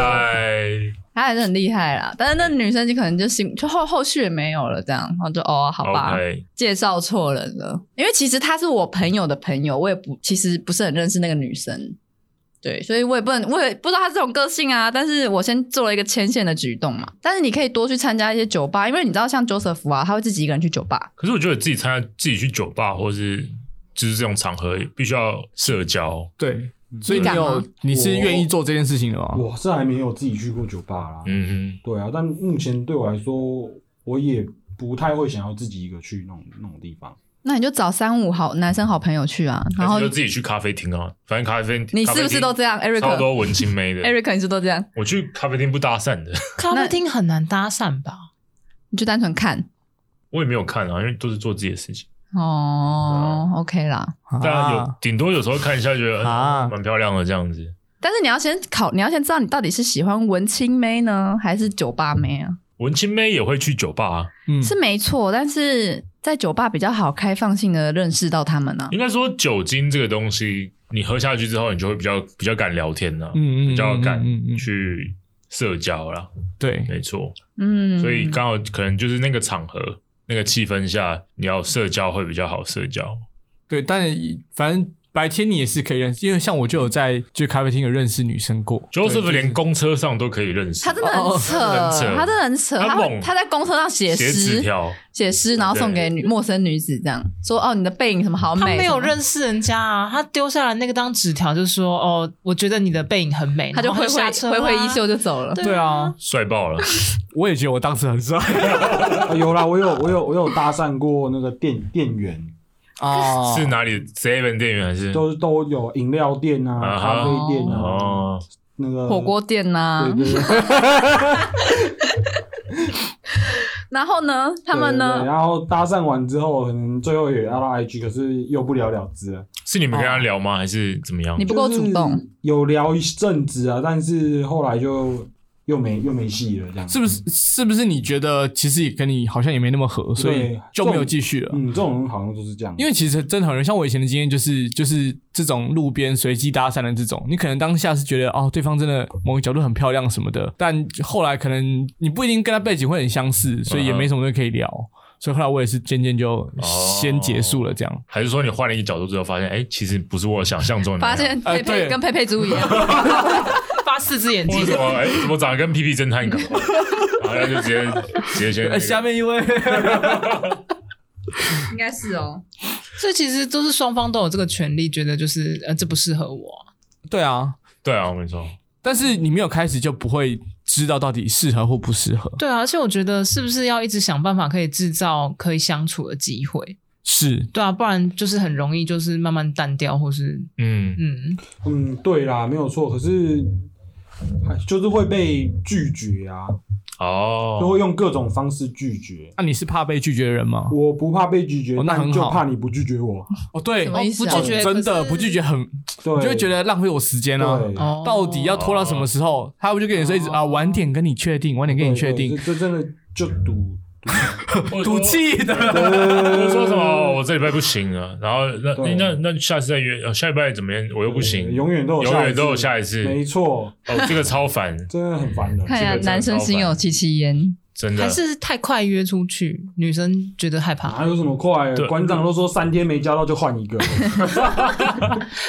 他还是很厉害啦。但是那女生就可能就心就后后续也没有了，这样，然后就哦，好吧 OK，介绍错人了。因为其实他是我朋友的朋友，我也不其实不是很认识那个女生，对，所以我也不能，我也不知道他这种个性啊。但是我先做了一个牵线的举动嘛。但是你可以多去参加一些酒吧，因为你知道像 Joseph 啊，他会自己一个人去酒吧。可是我觉得自己参加自己去酒吧或是就是这种场合，必须要社交。对，所以你你敢有吗你是愿意做这件事情的吗？我是还没有自己去过酒吧啦。嗯对啊，但目前对我来说，我也不太会想要自己一个去那种那种地方。那你就找三五好男生好朋友去啊，哼，然后还是就自己去咖啡厅啊，反正咖啡厅你是不是都这样咖啡厅超，Eric？Eric 多文青妹的。你是不是都这样？我去咖啡厅不搭讪的， 咖啡厅很难搭讪吧？你就单纯看我也没有看啊，因为都是做自己的事情。哦、o k 啦。啊当然有顶多有时候看一下，觉得啊嗯蛮漂亮的这样子。但是你要先考，你要先知道你到底是喜欢文青妹呢，还是酒吧妹啊？文青妹也会去酒吧啊，嗯是没错，但是在酒吧比较好开放性的认识到他们呢、啊。应该说酒精这个东西，你喝下去之后，你就会比较比较敢聊天了，嗯嗯比较敢嗯嗯嗯去社交啦。对，没错，嗯，所以刚好可能就是那个场合、那个气氛下，你要社交会比较好社交。对，但反正白天你也是可以认识，因为像我就有在就咖啡厅有认识女生过。对 Joseph 就是连公车上都可以认识，他真的很扯，哦很扯他真的很扯，他他会猛他在公车上写写纸诗，条，写诗，然后送给女陌生女子，这样说哦，你的背影什么好他美，没有什么认识人家啊，他丢下来那个当纸条，就说哦，我觉得你的背影很美，他就然后挥挥下车啊挥挥衣袖就走了。对啊，帅爆了。我也觉得我当时很帅 啊，有啦，我有我有我有搭讪过那个店店员，啊是哪里 Seven 店员还是？都都有饮料店啊、啊哈咖啡店啊、哦，那个火锅。店啊呐、对对对，然后呢，他们对对呢，然后搭讪完之后，可能最后也要到 IG，可是又不了了之了。是你们跟他聊吗？哦还是怎么样你？不够主动，，有聊一阵子啊，但是后来就又没又没戏了，这样是不是？？是不是你觉得其实也跟你好像也没那么合，所以对就没有继续了？嗯，这种人好像都是这样，因为其实真的很人，像我以前的经验就是，就是这种路边随机搭讪的这种，你可能当下是觉得哦，对方真的某个角度很漂亮什么的，但后来可能你不一定跟他背景会很相似，所以也没什么东西可以聊。所以后来我也是渐渐就先结束了这样。哦还是说你换了一个角度之后，发现哎、其实不是我想象中的那发样。现佩呃佩对跟佩佩猪一样，发四只 眼为睛什，么哎、怎么长得跟屁屁侦探 一样？然后就直接直接先、那呃个下面一 位，应该是哦。所以其实都是双方都有这个权利，觉得就是呃这不适合我啊，对啊，对啊，我跟你说，但是你没有开始就不会知道到底适合或不适合。对啊，而且我觉得是不是要一直想办法可以制造可以相处的机会，是，对啊，不然就是很容易就是慢慢淡掉，或是嗯，嗯，嗯，对啦，没有错，可是。还就是会被拒绝啊，就哦，会用各种方式拒绝。那、你是怕被拒绝的人吗？我不怕被拒绝，哦那但很就好怕你不拒 绝我。哦，对，什么意思啊哦不拒绝真的可是不拒绝很，对，就会觉得浪费我时间啊。对哦到底要拖到什么时候？他不就跟你说哦一直啊，晚点跟你确定，晚点跟你确定对，对这这真的就赌 赌我赌。气 的。我我说什么？哦我这礼拜不行啊，然后那嗯对那那那下次再约，呃下礼拜怎么样？我又不行，对永远都有永下一远都有次下一次。没错，哦，这个超烦，真的很烦的。看来男生心有戚戚焉，真的还。是太快约出去，女生觉得害哪怕，有什么快啊对？馆长都说三天没交到就换 一个，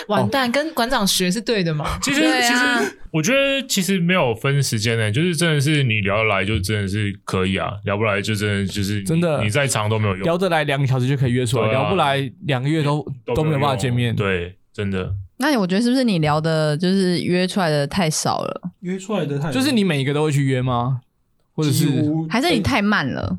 完蛋，跟馆长学是对 的嘛？其实、对其啊实我觉得其实没有分时间呢、就是真的是你聊得来就真的是可以啊，聊不来就真的就是你真的你再长都没有用，聊得来两个小时就可以约出来，对啊聊不来两个月都都没有办法见面。用，对，真的。那我觉得是不是你聊的，就是约出来的太少了，约出来的啊太就是你每一个都会去约吗？或者几是乎还是你太慢了？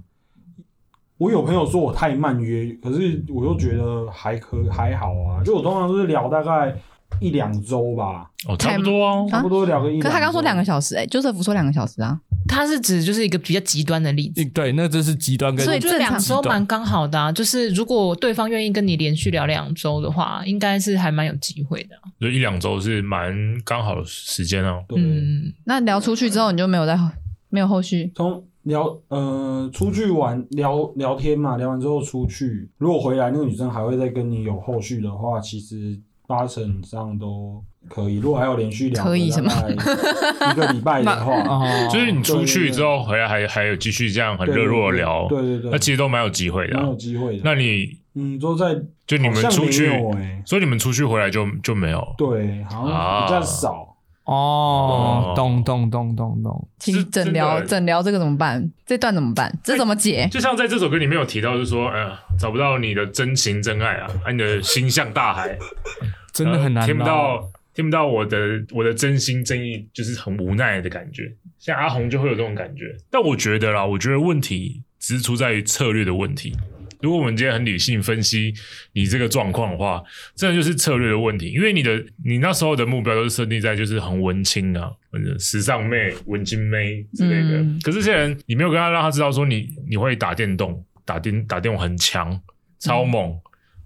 我有朋友说我太慢约，可是我又觉得还可还好啊。就我通常都是聊大概一两周吧，哦，差不多哦，啊差不多聊个一两周。可是他刚说两个小时、哎，就是福说两个小时啊，他是指就是一个比较极端的例子一。对，那这是极端跟所以我觉得正常两周极端蛮刚好的、啊，就是如果对方愿意跟你连续聊两周的话，应该是还蛮有机会的啊。就一两周是蛮刚好的时间哦。对，嗯，那聊出去之后你就没有再没有后续，从聊呃出去玩聊聊天嘛，聊完之后出去，如果回来那个女生还会再跟你有后续的话，其实八成以上都可以。如果还有连续两可以个什么大 概一个礼拜的 话，哦，就是你出去之后回来还还有继续这样很对热络的聊，对对对，那其实都蛮有机会的蛮啊、有机会的。那你嗯，都在就你们好像出没去，有欸所以你们出去回来就就没有，对，好像啊比较少。哦哦，懂懂懂懂懂，是请诊真疗的欸诊疗这个怎么办？这段怎么办？这怎么解？就像在这首歌里面有提到，就是说，哎、呀，找不到你的真情真爱啊，啊，你的心像大海，真的很难捞呃听不。到，听不到我的我的真心真意，就是很无奈的感觉。像阿红就会有这种感觉，但我觉得啦，我觉得问题只是出在于策略的问题。如果我们今天很理性分析你这个状况的话，真的就是策略的问题，因为你的你那时候的目标都是设定在就是很文青啊，或者时尚妹、文青妹之类的。嗯可是这些人，你没有跟他让他知道说你你会打电动，打电打电动很强，超猛，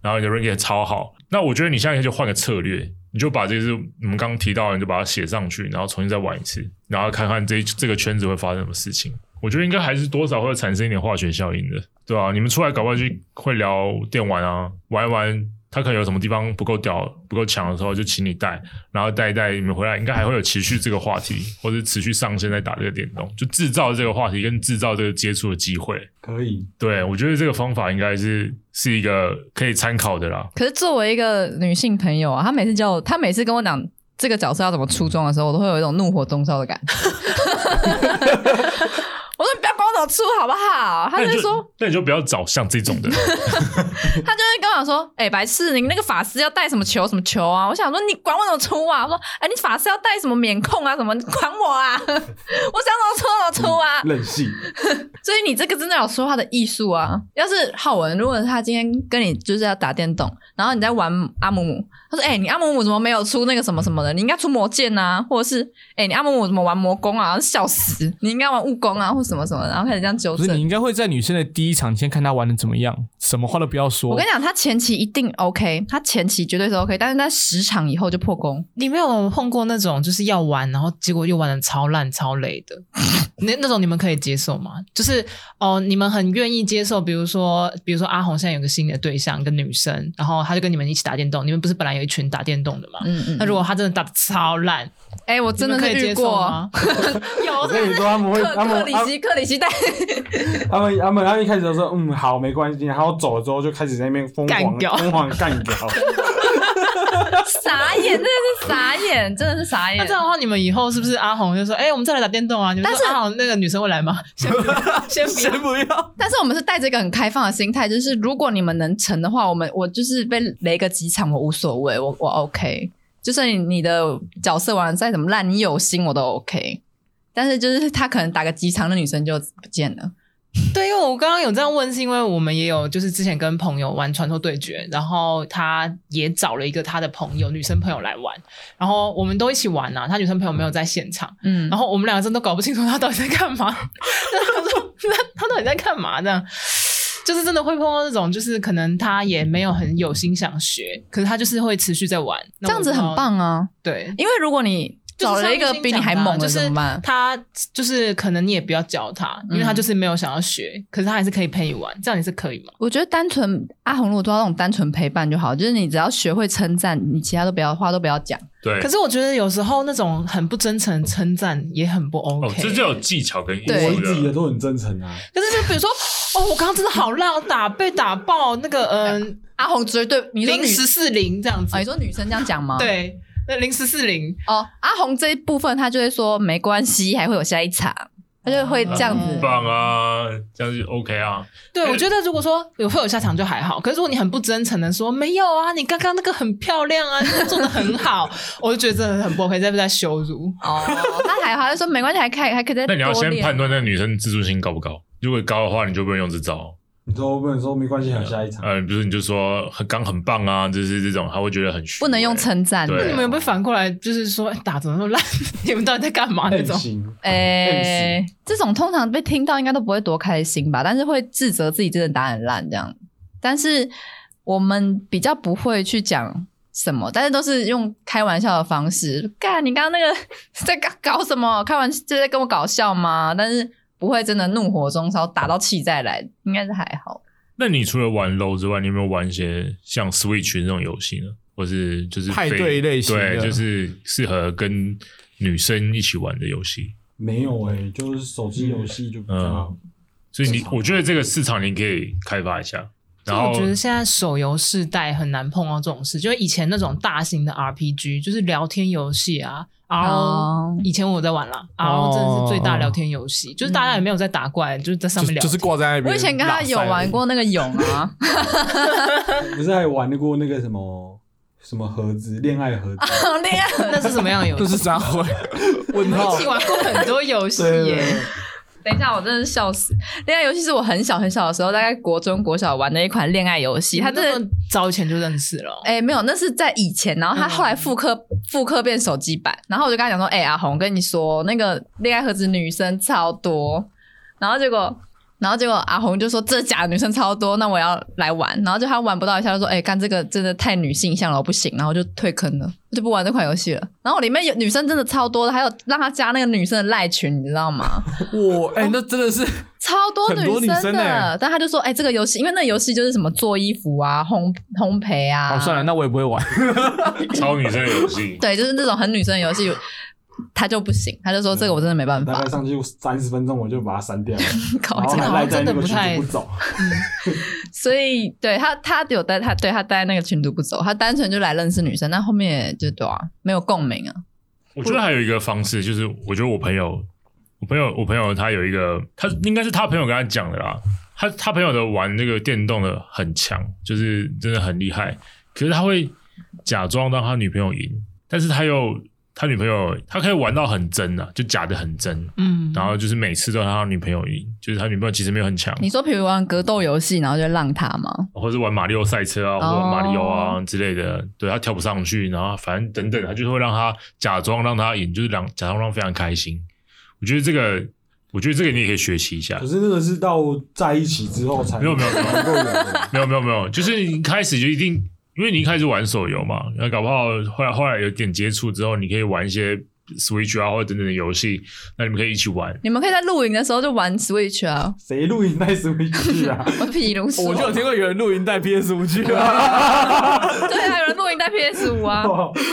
然后你的 rank 也超好。那我觉得你现在就换个策略，你就把这些我们刚刚提到的，你就把它写上去，然后重新再玩一次，然后看看这这个圈子会发生什么事情。我觉得应该还是多少会产生一点化学效应的，对嗯吧、你们出来搞不好就会聊电玩啊，玩一玩，他可能有什么地方不够屌、不够强的时候，就请你带，然后带一带你们回来，应该还会有持续这个话题，或者持续上线在打这个电动，就制造这个话题跟制造这个接触的机会。可以，对，我觉得这个方法应该是是一个可以参考的啦。可是作为一个女性朋友啊，她每次叫我，她每次跟我讲这个角色要怎么出装的时候，我都会有一种怒火中烧的感觉。 我说你不要管我怎么出好不好？她那就你会就说，那你就不要找像这 种的，她就会跟我讲说，哎、白痴，你那个法师要戴什么球什么球啊？我想说你管我怎么出啊？我说，哎、你法师要戴什么免控啊什么？你管我啊！ 我想怎么出怎么出啊！任性，所以你这个真的有说话的艺术啊！要是浩文，如果他今天跟你就是要打电动，然后你在玩阿姆姆，他说：“哎、你阿姆姆怎么没有出那个什么什么的？你应该出魔剑啊，或者是哎、你阿姆姆怎么玩魔宫啊？笑死！你应该玩悟宫啊，或什么什么的。”然后开始这样纠不是，你正。应该会在女生的第一场你先看她玩的怎么样，什么话都不要说。我跟你讲，他前期一定 OK，他前期绝对是 OK，但是在十场以后就破功。你没有碰过那种就是要玩，然后结果又玩的超烂超累的， 那那种你们可以接受吗？就是哦，你们很愿意接受，比如说，比如说阿红现在有个新的对象，一个女生，然后她就跟你们一起打电动，你们不是本来有一群打电动的吗？嗯嗯。那如果她真的打的超烂，哎、我真的是你们可以遇接受过吗？有我跟你说，他们会，克他克们里他希克里希带他们他们他们一开始就说嗯好没关系，然后走了之后就开始在那边疯干狂掉疯狂干 掉。 傻眼，真的是傻眼，真的是傻那眼 这。样的话，你们以后是不是阿红就说，哎、我们再来打电动啊？你们说但是阿红那个女生会来吗？先不要，先不要。不要，但是我们是带着一个很开放的心态，就是如果你们能成的话，我们我就是被雷个几场我无所谓，我我 OK。就是你你的角色玩得再怎么烂，你有心我都 OK。但是就是他可能打个几场，那女生就不见了。对，因为我刚刚有这样问，是因为我们也有就是之前跟朋友玩传说对决，然后他也找了一个他的朋友，女生朋友来玩，然后我们都一起玩呐、啊，他女生朋友没有在现场，嗯，然后我们两个真的都搞不清楚他到底在干嘛， 他说他他到底在干嘛这样。就是真的会碰到那种，就是可能他也没有很有心想学，可是他就是会持续在玩，那这样子很我不知道。棒啊，对，因为如果你找了一个比你还猛啊就的是怎么办？他就是可能你也不要教他，因为他嗯就是没有想要学，可是他还是可以陪你玩，这样也是可以嘛？我觉得单纯阿红，如果做到那种单纯陪伴就好，就是你只要学会称赞，你其他都不要话都不要讲。对可，是我觉得有时候那种很不真诚的称赞也很不哦 OK。，这就有技巧跟艺术对我一直以的为。都很真诚啊，可是就比如说，哦，我刚刚真的好烂，我打被打爆，那个 嗯阿红绝对你说零女十四零这样子，啊、你说女生这样讲吗？对，那零十四零，哦，阿红这一部分他就会说没关系，还会有下一场，他就会这样子很。棒啊，这样就 OK 啊。对我觉得如果说有会有下场就还好，可是如果你很不真诚的说没有啊，你刚刚那个很漂亮啊，你做的很好， 我就觉得真的很不 OK，在不在羞辱？哦，他还好，他就说没关系，还可以，还可以再那你要多先练判断那个女生自尊心高不高，如果高的话，你就不能用这招。你说不能说没关系，还有下一场。呃，比如你就说很刚很棒啊，就是这种，她会觉得很虚伪不能用称赞对你的。们有没有反过来就是说哎打怎么那么烂？你们到底在干嘛啊那很种？行，哎、这种通常被听到应该都不会多开心吧，但是会自责自己真的打很烂这样。但是我们比较不会去讲什么，但是都是用开玩笑的方式。干，你刚刚那个 在搞搞什么？开玩笑就在跟我搞笑吗？但是不会真的怒火中烧，打到气再来，应该是还好。那你除了玩 LO 之外，你有没有玩一些像 Switch 那种游戏呢？或是就是派非对类型的对，就是适合跟女生一起玩的游戏。没有哎、就是手机游戏就比较嗯，所以你市，场我觉得这个市场你可以开发一下。然后我觉得现在手游世代很难碰到这种事，就是以前那种大型的 RPG，就是聊天游戏啊，R 哦 O，以前我在玩啦，R 哦 O 真的是最大聊天游戏，就是大家也没有在打怪，就是在上就面聊就天。是挂在那边。我以前跟他有 玩过那个泳啊，不是还玩过那个什么什么盒子，恋爱 盒子，哦恋爱那是什么样的游拉塞，这戏？是啥会？ 问 我号们一起玩过很多游戏对对耶，对等一下，我真的是笑死！恋爱游戏是我很小很小的时候，大概国中、国小玩的一款恋爱游戏。它他真这的么早以前就认识了。哎、没有，那是在以前。然后嗯它后来复刻、复刻变手机版，然后我就跟他讲说：“哎、阿红，我跟你说，那个恋爱盒子女生超多。”然后结果，然后结果阿红就说：“这假的女生超多，那我要来玩。”然后就他玩不到一下，就说：“哎、干这个真的太女性向了，我不行。”然后就退坑了，就不玩这款游戏了。然后里面有女生真的超多的，还有让他加那个女生的赖群，你知道吗？我哎，那真的是超多很多女女生生的，欸但他就说，哎、这个游戏，因为那个游戏就是什么做衣服啊、烘烘焙啊，，哦，算了，那我也不会玩。超女生的游戏对，就是那种很女生的游戏，他就不行，他就说这个我真的没办嗯大法概，上去三十分钟我就把它 删掉了，搞然后这还哦个，赖在那个哦真的不群太组不走。 所以对他，他有带他对他待那个群组不走，他单纯就来认识女生，但后面也就对啊，没有共鸣啊，我觉得还有一个方式，就是我觉得我朋友，我朋友，我朋友他有一个，他应该是他朋友跟他讲的啦。他他朋友的玩那个电动的很强，就是真的很厉害。可是他会假装让他女朋友赢，但是他又他女朋友他可以玩到很真啊，就假的很真。嗯，然后就是每次都让他女朋友赢，就是他女朋友其实没有很强，你说比如玩格斗游戏，然后就让他吗？或者玩马里奥赛车啊，或哦者玩马里奥啊之类的，对他跳不上去，然后反正等等，他就是会让他假装让他赢，就是让假装让他非常开心。我觉得这个我觉得这个你也可以学习一下 可。是那个是到在一起之后才没有没有没有能够有的。没有没有没有，就是你一开始就一定，因为你一开始玩手游嘛，那搞不好后来后来有点接触之后，你可以玩一些 Switch 啊或者等等的游戏，那你们可以一起 玩。你们可以在露营的时候就玩 Switch 啊， 谁录影带什么 去啊？我 比如说，哦我就有听过有人露营带 PS 五去啊，对啊，有人露营带 PS 五啊，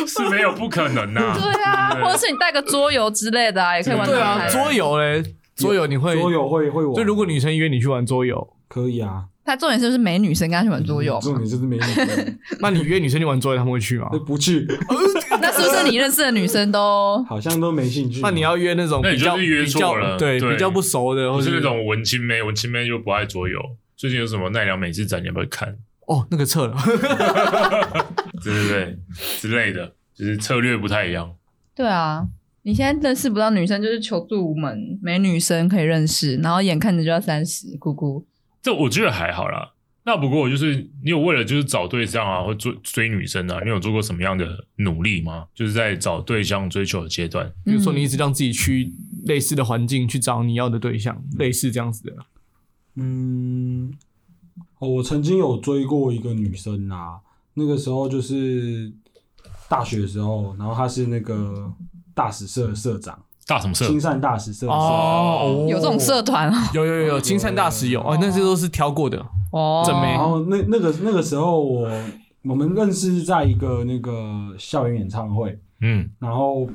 是没有不可能呐、对啊，对或者是你带个桌游之类的啊，也可以玩 得对 开啊，桌游嘞，桌游你会，桌游会会玩，就如果女生约你去玩桌 游，可以啊，他重点是不是没女生跟他去玩桌游嗯啊嘛？重点就是没 女生，那你约女生去玩桌游，他们会去吗？那不去那是不是你认识的女生都？好像都没兴趣。啊那你要约那种那比你较就是约比较错了对对比较不熟的，不或是那种文青妹，文青妹就不爱桌游。最近有什么奈良美智展，你要不要看？哦那个撤了， 对对对，之类的，就是策略不太一样。对啊，你现在认识不到女生，就是求助无门，没女生可以认识，然后眼看着就要三十，姑姑。这我觉得还好啦。那不过我就是你有为了就是找对象啊，或追追女生啊，你有做过什么样的努力吗？就是在找对象追求的阶段，比如说你一直让自己去类似的环境去找你要的对象，类似这样子的，嗯，哦我曾经有追过一个女生啊，那个时候就是大学的时候，然后她是那个大使社的社长，大什么社青善大使社的社长。哦有这种社团哦有有有有金山大使有哦，那些都是挑过的，哦，正妹然后那那个那个时候我我们认识是在一个那个校园演唱会，嗯，然后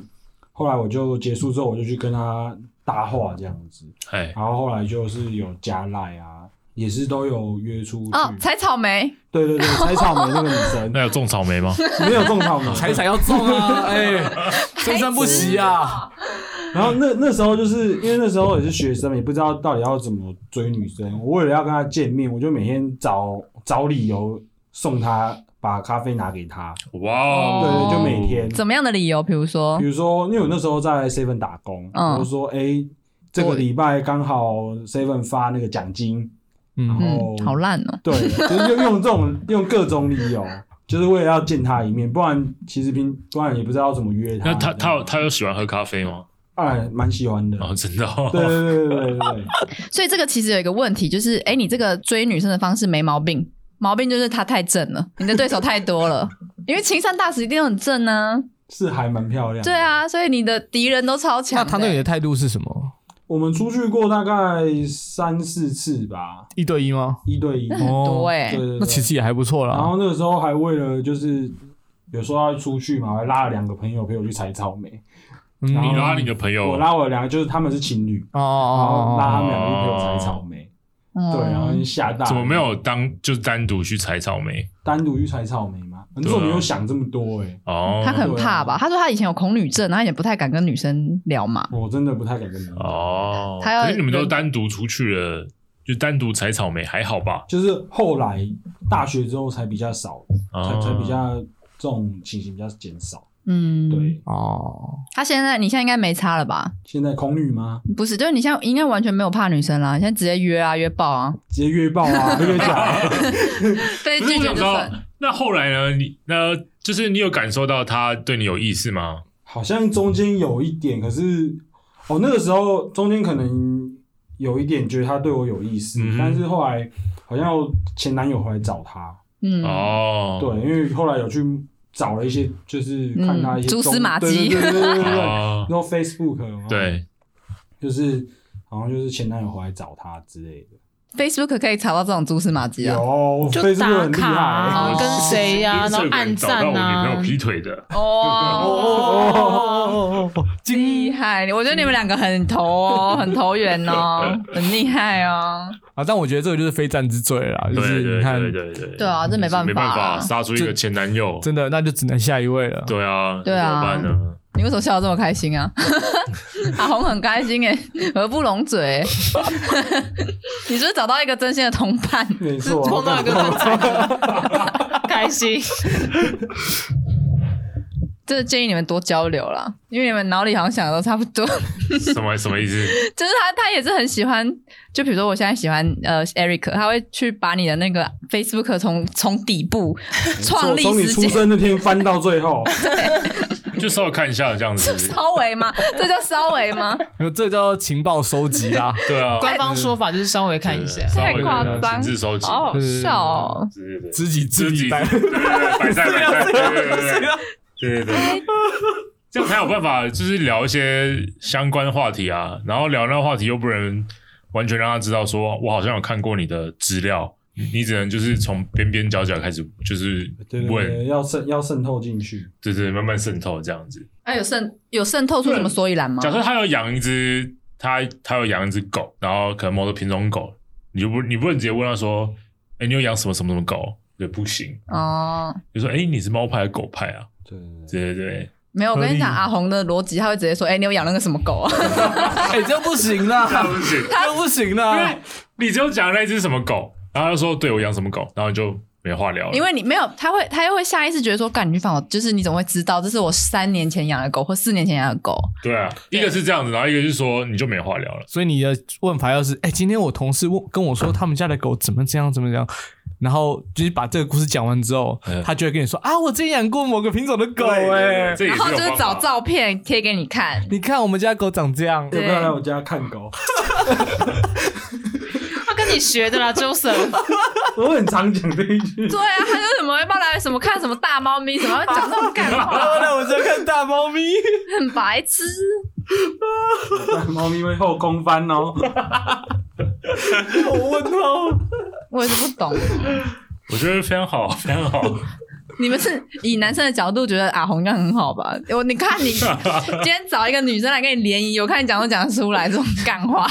后来我就结束之后我就去跟她搭话这样子，哎，然后后来就是有加赖啊，也是都有约出去。哦，采草莓，对对对，采草莓那个女 生那有种草 莓吗？没有种草莓，财产要重啊， 哎，生生不息啊，然后那那时候就是因为那时候也是学生，也不知道到底要怎么追女生。我为了要跟她见面，我就每天找找理由送她，把咖啡拿给她。哇对哦， 对，就每天。怎么样的理由？比如说比，如说，因为我那时候在 seven 打工，哦嗯我就说，哎、这个礼拜刚好 seven 发那个奖金，嗯，哦嗯，好烂哦。对， 就是用用这种用各种理由，就是为了要见她一面，不然其实平不然也不知道怎么约她。那他他有他他有喜欢喝咖啡吗？哎，蛮喜欢的。哦，真的、对哦，对对对对对，所以这个其实有一个问题，就是哎，你这个追女生的方式没毛病，毛病就是她太正了，你的对手太多了。因为青山大使一定很正啊，是还蛮漂亮。对，啊，所以你的敌人都超强那的。他对你的态度是什么？我们出去过大概三四次吧，一对一吗？一对一。很多哎、哦对对对。那其实也还不错然啦。后那个时候还为了就是有时候要出去嘛，我还拉了两个朋友陪我去采草莓。嗯然 后你拉你的朋友，我拉我两个，就是他们是情侣，哦然后拉哦他们两个去陪我采草莓。嗯对，啊然后就吓到。哦怎么没有当就是单独去采草莓？单独去采草莓嘛？那时啊候没有想这么多哎、哦，嗯他可能怕啊吧？他说他以前有恐女症，然后也不太敢跟女生聊嘛。我真的不太敢跟他们。哦，他要可是你们都单独出去了，就单独采草莓还好吧？就是后来大学之后才比较少，才哦才比较这种情形比较减少。嗯，对，哦，他现在你现在应该没差了吧？现在空女吗？不是，就是你现在应该完全没有怕女生啦，你现在直接约啊，约爆啊，直接约爆啊，约架。 被不是我拒绝想就知道算。，那后来呢？你那就是你有感受到他对你有意思吗？好像中间有一点，可是哦，那个时候中间可能有一点觉得他对我有意思，嗯哼但是后来好像前男友回来找他，嗯，哦，嗯对，因为后来有去找了一些，就是看他一些嗯踪蛛丝马迹对对对对 对对对，哦，然后 Facebook 有没有，对，就是好像就是前男友回来找他之类的， Facebook 可以查到这种蛛丝马迹有啊。就 Facebook 打很厉卡啊，害、欸跟谁呀，然后 Instagram 暗找到赞我女朋友啊，劈腿的，哦，哦哦，厉害！我觉得你们两个很投哦，很投缘哦，很厉害哦。啊！但我觉得这个就是非战之罪了啦，就对是对你看对，对对，对啊，这没办没法办啊法，。杀出一个前男友，真的那就只能下一位了。对啊，对啊怎么办呢？你为什么笑得这么开心啊？阿红很开心哎，合不拢嘴。欸 你是不是找到一个真心的同伴？没是错，碰到一个更惨的，开心。这建议你们多交流啦，因为你们脑里好像想的都差不多。什么什么意思？就是他，他也是很喜欢，就比如说我现在喜欢呃 Eric，他会去把你的那个 Facebook 从从底部创立从你时出间，生那天翻到最后，就稍微看一下这样子。稍微吗？这叫稍微吗？呃这叫情报收集 啦。对啊，官方说法就是稍微看一下，稍太微夸看一下张，情志收集，好好笑哦！对对对，知己知知己彼，百对对对摆在摆在，对对对对对对， 这样才有办法，就是聊一些相关的话题啊，然后聊那个话题又不能完全让他知道说，我好像有看过你的资料，你只能就是从边边角角开始，就是对对问，对，要渗要渗透进去。对对，慢慢渗透这样子。哎，有渗有渗透出什么所以然吗？假设他有养一只，他他有养一只狗，然后可能某个品种狗，你就不你不能直接问他说，哎、你有养什么什么什么狗？对，不行，哦，就说哎、你是猫派还是狗派啊？对对对，对对对，没有，我跟合你理讲，阿红的逻辑他会直接说：“哎，你有养那个什么狗啊 哎，这样不行 啦，不行，这样不行因啦为。你只有讲那只什么狗，然后他就说对我养什么狗，然后你就没话聊？”了。因为你没有，他会他又会下意识觉得说：“干，你去放我，就是你怎么会知道这是我三年前养的狗或四年前养的狗对啊，一个是这样子，然后一个是说你就没话聊了。所以你的问法要是，哎，今天我同事问跟我说他们家的狗怎么这样怎么这样，然后就是把这个故事讲完之后嗯，他就会跟你说啊，我之前养过某个品种的狗，哎，这？”也然后是有就是方法找照片贴给你看。你看我们家狗长这样，要对不要来我家看狗？他跟你 学的啦，Joseph。我很常讲这一句。对啊，他就什么帮来什么看什么大猫咪，什么讲这种干话，啊，来我家看大猫 咪。很白痴。猫咪会后空翻哦。我问号。我也是不懂，我觉得非常好，非常好。你们是以男生的角度觉得阿红这样很好吧？ 我你看你今天找一个女生来跟你联谊，我看你讲都讲得出来这种干话。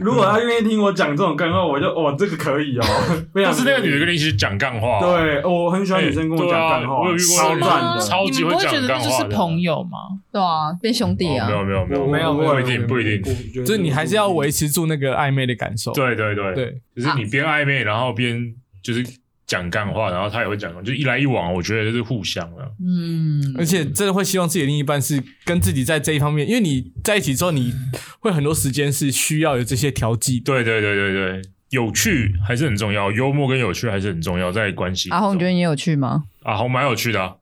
如果他愿意听我讲这种干话，我就哦，这个 可以哦。非常但是那个女的跟你一起讲干话，对，哦我很喜欢女生跟我讲干哎话，哦对啊我有遇过超赞那种的。超你级们会不会讲觉得干那就话是的朋友吗？对啊，变兄弟啊哦，没，有没有没有没有不一定不一定。定就是你还是要维持住那个暧昧的感受。对对对，对，就是你边暧昧，然后边就是讲干话，然后他也会讲，就一来一往，我觉得是互相啊的。嗯，而且真的会希望自己的另一半是跟自己在这一方面，因为你在一起之后，你会很多时间是需要有这些调剂。对对对对对，有趣还是很重要，幽默跟有趣还是很重要，在关系。阿红，你觉得你有趣吗？阿红蛮有趣的啊，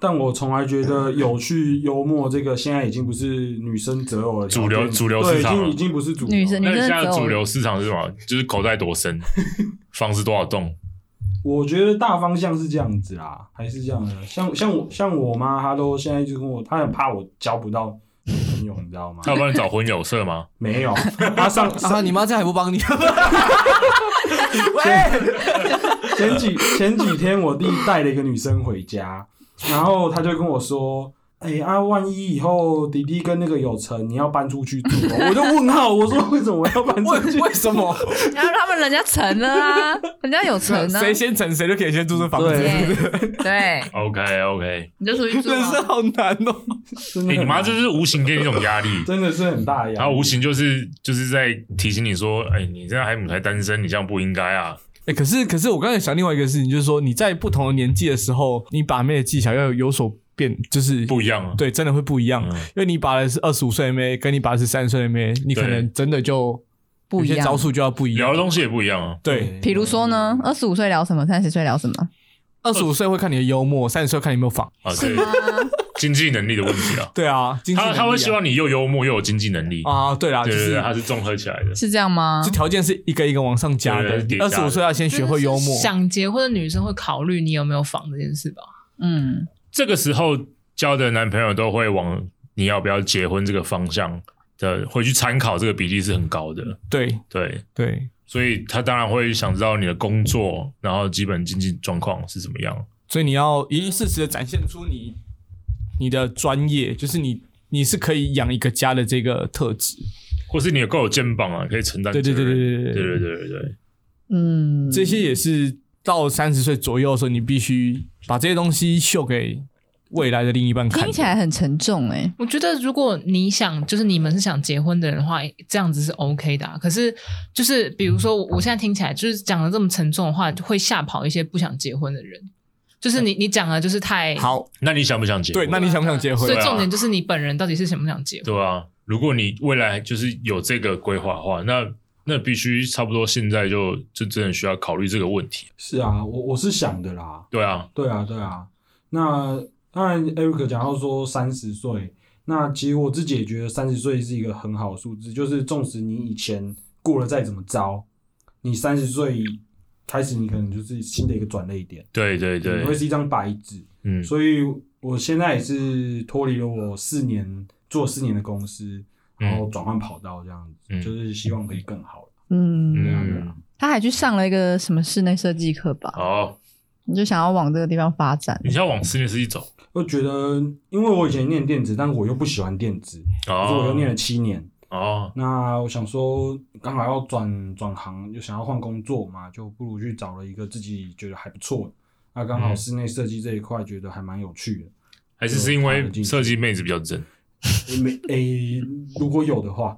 但我从来觉得有趣幽默这个现在已经不是女生择偶的条主件流主流对，市已场经了已经不是主流女生，那你你真现的在只主有流市场是什么？就是口袋多深， 房子多少栋？我觉得大方向是这样子啦，还是这样的。像像我像我妈，她都现在就跟我，她很怕我交不到女朋友，你知道吗？要不然找婚友社吗？没有，她上啊，上你妈这样还不帮你？前 几前几天我弟带了一个女生回家，然后他就跟我说：“哎、啊，万一以后弟弟跟那个有成，你要搬出去住哦、我就问号，我说：“为什么我要搬出为 去为什么？然后他们人家成了啊，人家有成啊，谁先成谁就可以先住这房子？对对对， OK OK，你就出去住人啊。生好难哦。？”真的哎，很你妈就是无形给你一种压力，啊真的是很大呀然后。无形就是就是在提醒你说，哎，你现在还母胎单身，你这样不应该啊。哎，可是可是我刚才想另外一个事情，就是说你在不同的年纪的时候，你把妹的技巧要有所变，就是不一样啊。对，真的会不一样。嗯因为你把的是二十五岁的妹，跟你把的是三十岁的妹，你可对能真的就不一样有些招数就要不一聊样的。东西也不一样啊。对，比如说呢，二十五岁聊什么，三十岁聊什么？二十五岁会看你的幽默，三十岁看你有没有仿。。啊，是对吗，？经济能力的问题啊对啊， 经济能他力啊他会希望你又幽默又有经济能力，啊，对啦，就对对是对，他是综合起来的。是这样吗这？条件是一个一个往上加的对对。叠加二的十五岁要先学会幽默，想结婚的女生会考虑你有没有房这件事吧？嗯，这个时候交的男朋友都会往你要不要结婚这个方向的会去参考，这个比例是很高的。对对，对，所以他当然会想知道你的工作，然后基本经济状况是怎么样。所以你要一定适时的展现出你你的专业，就是你你是可以养一个家的这个特质。或是你有够有肩膀啊，可以承担责对任。对对对对对对对对对嗯，这些也是到三十岁左右的时候，你必须把这些东西秀给未来的另一半看的。听起来很沉重哎、我觉得如果你想，就是你们是想结婚的人的话，这样子是 OK 的啊、可是就是比如说，我现在听起来就是讲的这么沉重的话，会吓跑一些不想结婚的人。就是你你讲的就是太，好，那你想不想结婚？对，那你想不想结婚所以对？啊重点就是你本人到底是想不想结婚。对啊，如果你未来就是有这个规划的话，那那必须差不多现在就就真的需要考虑这个问题。是啊，我我是想的啦。对啊，对啊，对啊。那当然，Eric 讲到说三十岁，那其实我自己也觉得三十岁是一个很好的数字，就是纵使你以前过得再怎么糟，你三十岁开始，你可能就是新的一个转捩点，对对对你嗯会，是一张白纸。嗯，所以我现在也是脱离了我四年做四年的公司，然后转换跑道这样子，嗯就是希望可以更好。嗯，对啊对啊嗯，他还去上了一个什么室内设计课吧？好，你就想要往这个地方发展。啊你想往室内设计走，我觉得，因为我以前念电子，但我又不喜欢电子，所以我又哦念了七年。哦，那我想说，刚好要转转行，就想要换工作嘛，就不如去找了一个自己觉得还不错的。那刚好嗯室内设计这一块，觉得还蛮有趣的。还是是因为设计妹子比较正，诶没诶、如果有的话，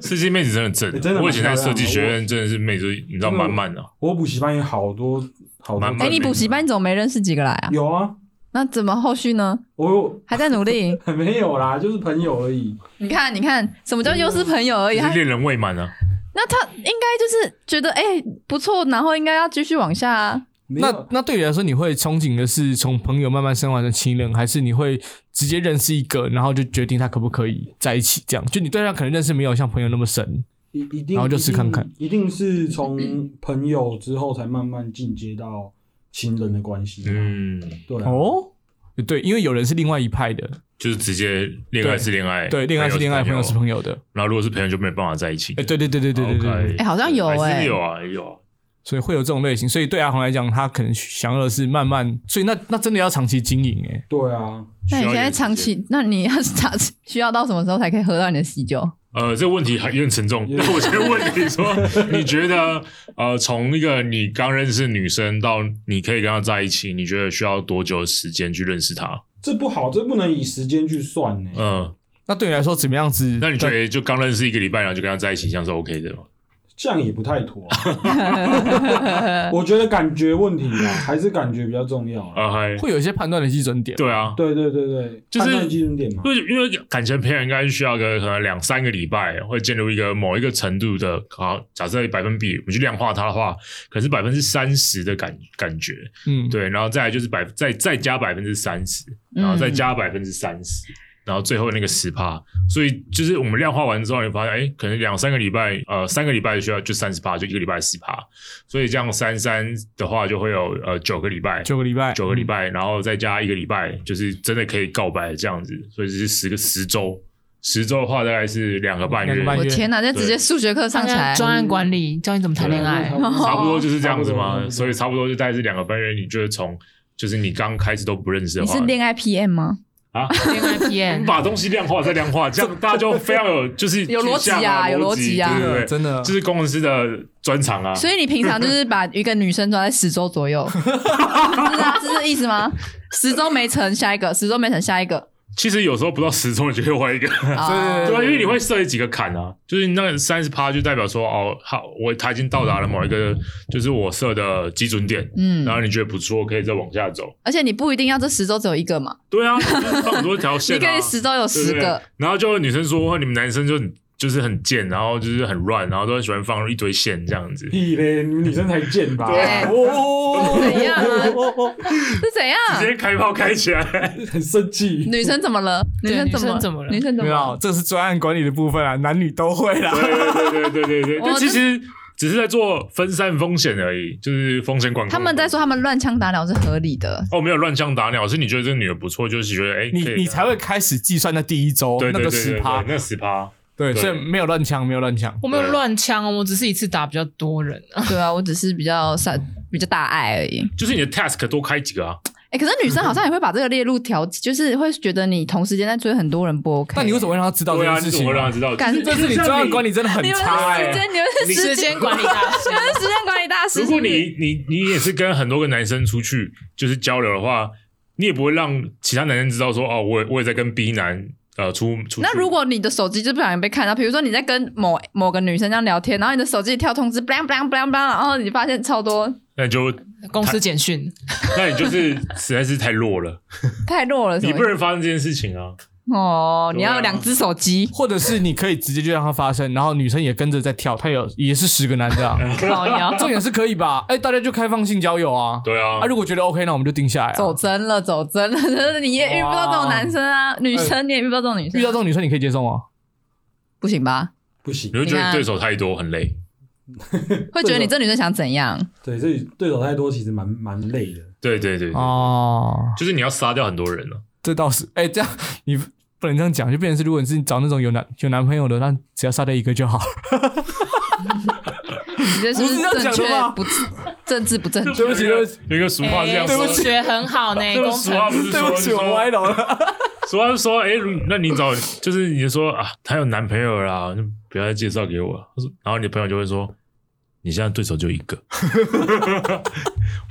设计妹子真的欸正，真的蛮我以前在漂亮的设计学院真的是妹子，你知道满满的，哦我补习班有好多好多。蛮哎、蛮你补习班怎么没认识几个来啊？有啊，那怎么后续呢？我有。还在努力 没有啦，就是朋友而已。你看，你看，什么叫又是朋友而已？就是他恋人未满啊，那他应该就是觉得哎、不错，然后应该要继续往下啊。没有那那对你来说，你会憧憬的是从朋友慢慢升华成情人，还是你会直接认识一个，然后就决定他可不可以在一起？这样，就你对他可能认识没有像朋友那么深。一一定，然后就试看看一定，一定是从朋友之后才慢慢进阶到情人的关系。嗯，嗯，对啊、哦，对，因为有人是另外一派的，就是直接恋爱是恋爱，对，恋爱是恋爱，朋友是朋哎友，友的。然后如果是朋友就没办法在一起，哦哎、对对对对对对对 OK 对哎好像有还哎是有啊有啊，所以会有这种类型。所以对阿红来讲，他可能想要的是慢慢，所以那那真的要长期经营哎、对啊，那你需要现一在点长时间期，那你要长期需要到什么时候才可以喝到你的喜 酒？呃，这个问题还有点沉重。 但我先问你说，你觉得呃，从一个你刚认识女生到你可以跟她在一起，你觉得需要多久的时间去认识她？这不好，这不能以时间去算呢、嗯、那对你来说怎么样子？那你觉得就刚认识一个礼拜，然后就跟她在一起，这样是 OK 的吗？这样也不太妥、 我觉得感觉问题啊，还是感觉比较重要啊。啊、嗨会有一些判断的基准点？对啊，对对对对，就是判断基准点嘛因。为因为感情培养应该需要个可能两三个礼拜，会进入一个某一个程度的，好，假设百分比，我们去量化它的话，可能是百分之三十的感感觉，嗯，对，然后再来就是百再再加百分之三十，然后再加百分之三十，然后最后那个十趴，所以就是我们量化完之后，你发现哎，可能两三个礼拜，呃，三个礼拜需要就三十趴，就一个礼拜十趴，所以这样三三的话就会有呃九个礼拜，九个礼拜，九个礼嗯拜，然后再加一个礼拜，就是真的可以告白这样子，所以这是十个十周，十周的话大概是两个半两月个，半我月天哪，这直接数学课上起来，专案管理教你怎么谈恋爱，嗯差不多就是这样子差不哦嘛，多所以差不多就大概是两个半月，你就是从就是你刚开始都不认识的你话，是恋爱 PM 吗？啊。恋爱我们 PM，把东西量化再量化，这样 大家就非常有就是有逻辑啊具象有逻逻辑啊对对对，嗯真的这是工程师的专长啊。所以你平常就是把一个女生抓在十周左右， 是啊，这是意思吗？十周没成，下一个；十周没成，下 一个。其实有时候不到十中，你就会换一个，啊对吧？因为你会设计几个坎啊，就是那三十趴就代表说，哦，好，我他已经到达了某一个就是我设的基准点，嗯啊然，后你觉得不错，可以再往下走。而且你不一定要这十周只有一个嘛，对啊，就是放很多条线 你啊，可以十周有对不十对个。然后就有女生说，你们男生就很就是很贱，然后就是很乱，然后都很喜欢放一堆线这样子。啊屁嘞，你们女生才贱吧？ 对哦怎样啊哦是怎样？啊直接开炮开起来，很生气。女生怎么了？对生怎女么生怎么了女生怎没么有，啊了？这是专案管理的部分啊，男女都会啦。对对对对 对对，我就其实只是在做分散风险而已，就是风险管控。他们在说他们乱枪打鸟是合理 的，哦，没有乱枪打鸟，是你觉得这个女的不错，就是觉得哎，你可以你才会开始计算那第一周对那对个对十对趴对，哦那十趴，对，对所以没有乱枪，没有乱枪。我没有乱枪哦，我只是一次打比较多人啊。对啊，我只是比较善比较大爱而已。就是你的 task 多开几个啊？哎、可是女生好像也会把这个列入条，就是会觉得你同时间在追很多人不 OK。那你为什么会让他知道这对啊，件事你怎么情会让啊？他知道？干就是这是你专案管理真的很你们差是时哎。间，你们是时时间，间管理大师你， 们是时间管理大师。如果是不是你你你也是跟很多个男生出去就是交流的话，你也不会让其他男生知道说哦，我也我也在跟 B 男呃出出去。那如果你的手机就不小心被看到，比如说你在跟某某个女生这样聊天，然后你的手机跳通知，bang bang bang bang，然后你发现超多那你就公司简讯，那你就是实在是太弱了， 太弱了，什你么不能发生这件事情啊！哦，对啊你要有两只手机，或者是你可以直接就让它发生，然后女生也跟着在跳，她有也是十个男的、 啊，靠腰，重点是可以吧？哎、大家就开放性交友啊。对啊啊，，如果觉得 OK，那我们就定下来、啊。走真了，走真了，真的你也遇不到这种男生啊，女生你也遇不到这种女生，遇到这种女生，你可以接受吗？不行吧？不行你，会觉你得看对手太多很累，会觉得你这女生想怎样？对，这对手太多，其实蛮蛮累的。对对对，对哦，就是你要杀掉很多人啊了。这倒是。哎、这样你不能这样讲，就变成是，如果你是找那种有男有男朋友的，那只要杀掉一个就好。你这是不是这样正讲确的吗不政治不正 确？对不起对不起，有一个俗话是这样哎说，数学很好呢，这个工俗程话不是哎对说不起，就我说歪楼了。俗话是说，哎，如那你找就是你就说啊，她有男朋友啦，就不要再介绍给我。他说然后你的朋友就会说，你现在对手就一个，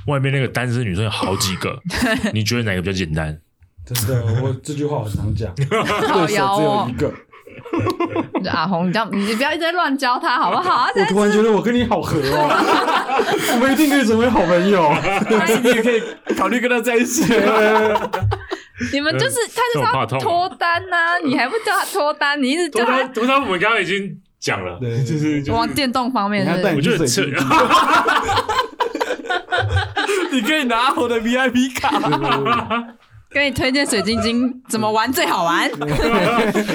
外面那个单身女生有好几个，你觉得哪个比较简单？真的，我这句话我常讲， 靠对手腰只有哦一，个。你就阿红，你这样你不要一直在乱教他好不好？他我突然觉得我跟你好合哦， 我们一定可以成为好朋友。 你也可以考虑跟他在一起。你们就是他就这是我怕要痛脱单呐、嗯你还不叫他脱单，你一直通叫他常通常我们刚刚已经讲了，对就是就是往电动方面你是要不带是你我去觉得水很扯晶。你可以拿我的 VIP 卡，对对对给你推荐水晶晶怎么玩最 好玩，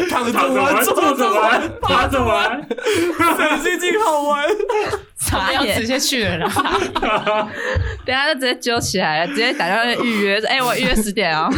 躺着躺着玩，坐着玩，趴着玩，水晶晶好玩。傻要眼直，接去了啦。等一下就直接揪起来了，直接打电话预约，说嗯哎、我预约十点哦，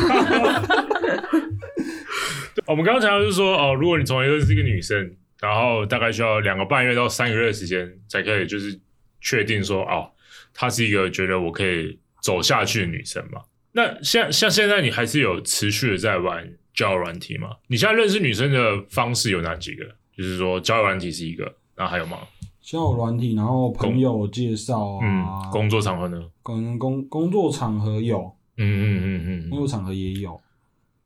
我们刚刚讲到就是说，哦，如果你从来就是一个女生，然后大概需要两个半月到三个月的时间，才可以就是确定说，哦，她是一个觉得我可以走下去的女生嘛。那像像现在你还是有持续的在玩交友软体吗？你现在认识女生的方式有哪几个？就是说交友软体是一个，那还有吗？交友软体，然后朋友介绍啊，嗯，工作场合呢？可能工工作场合有，嗯嗯嗯嗯嗯。工作场合也有，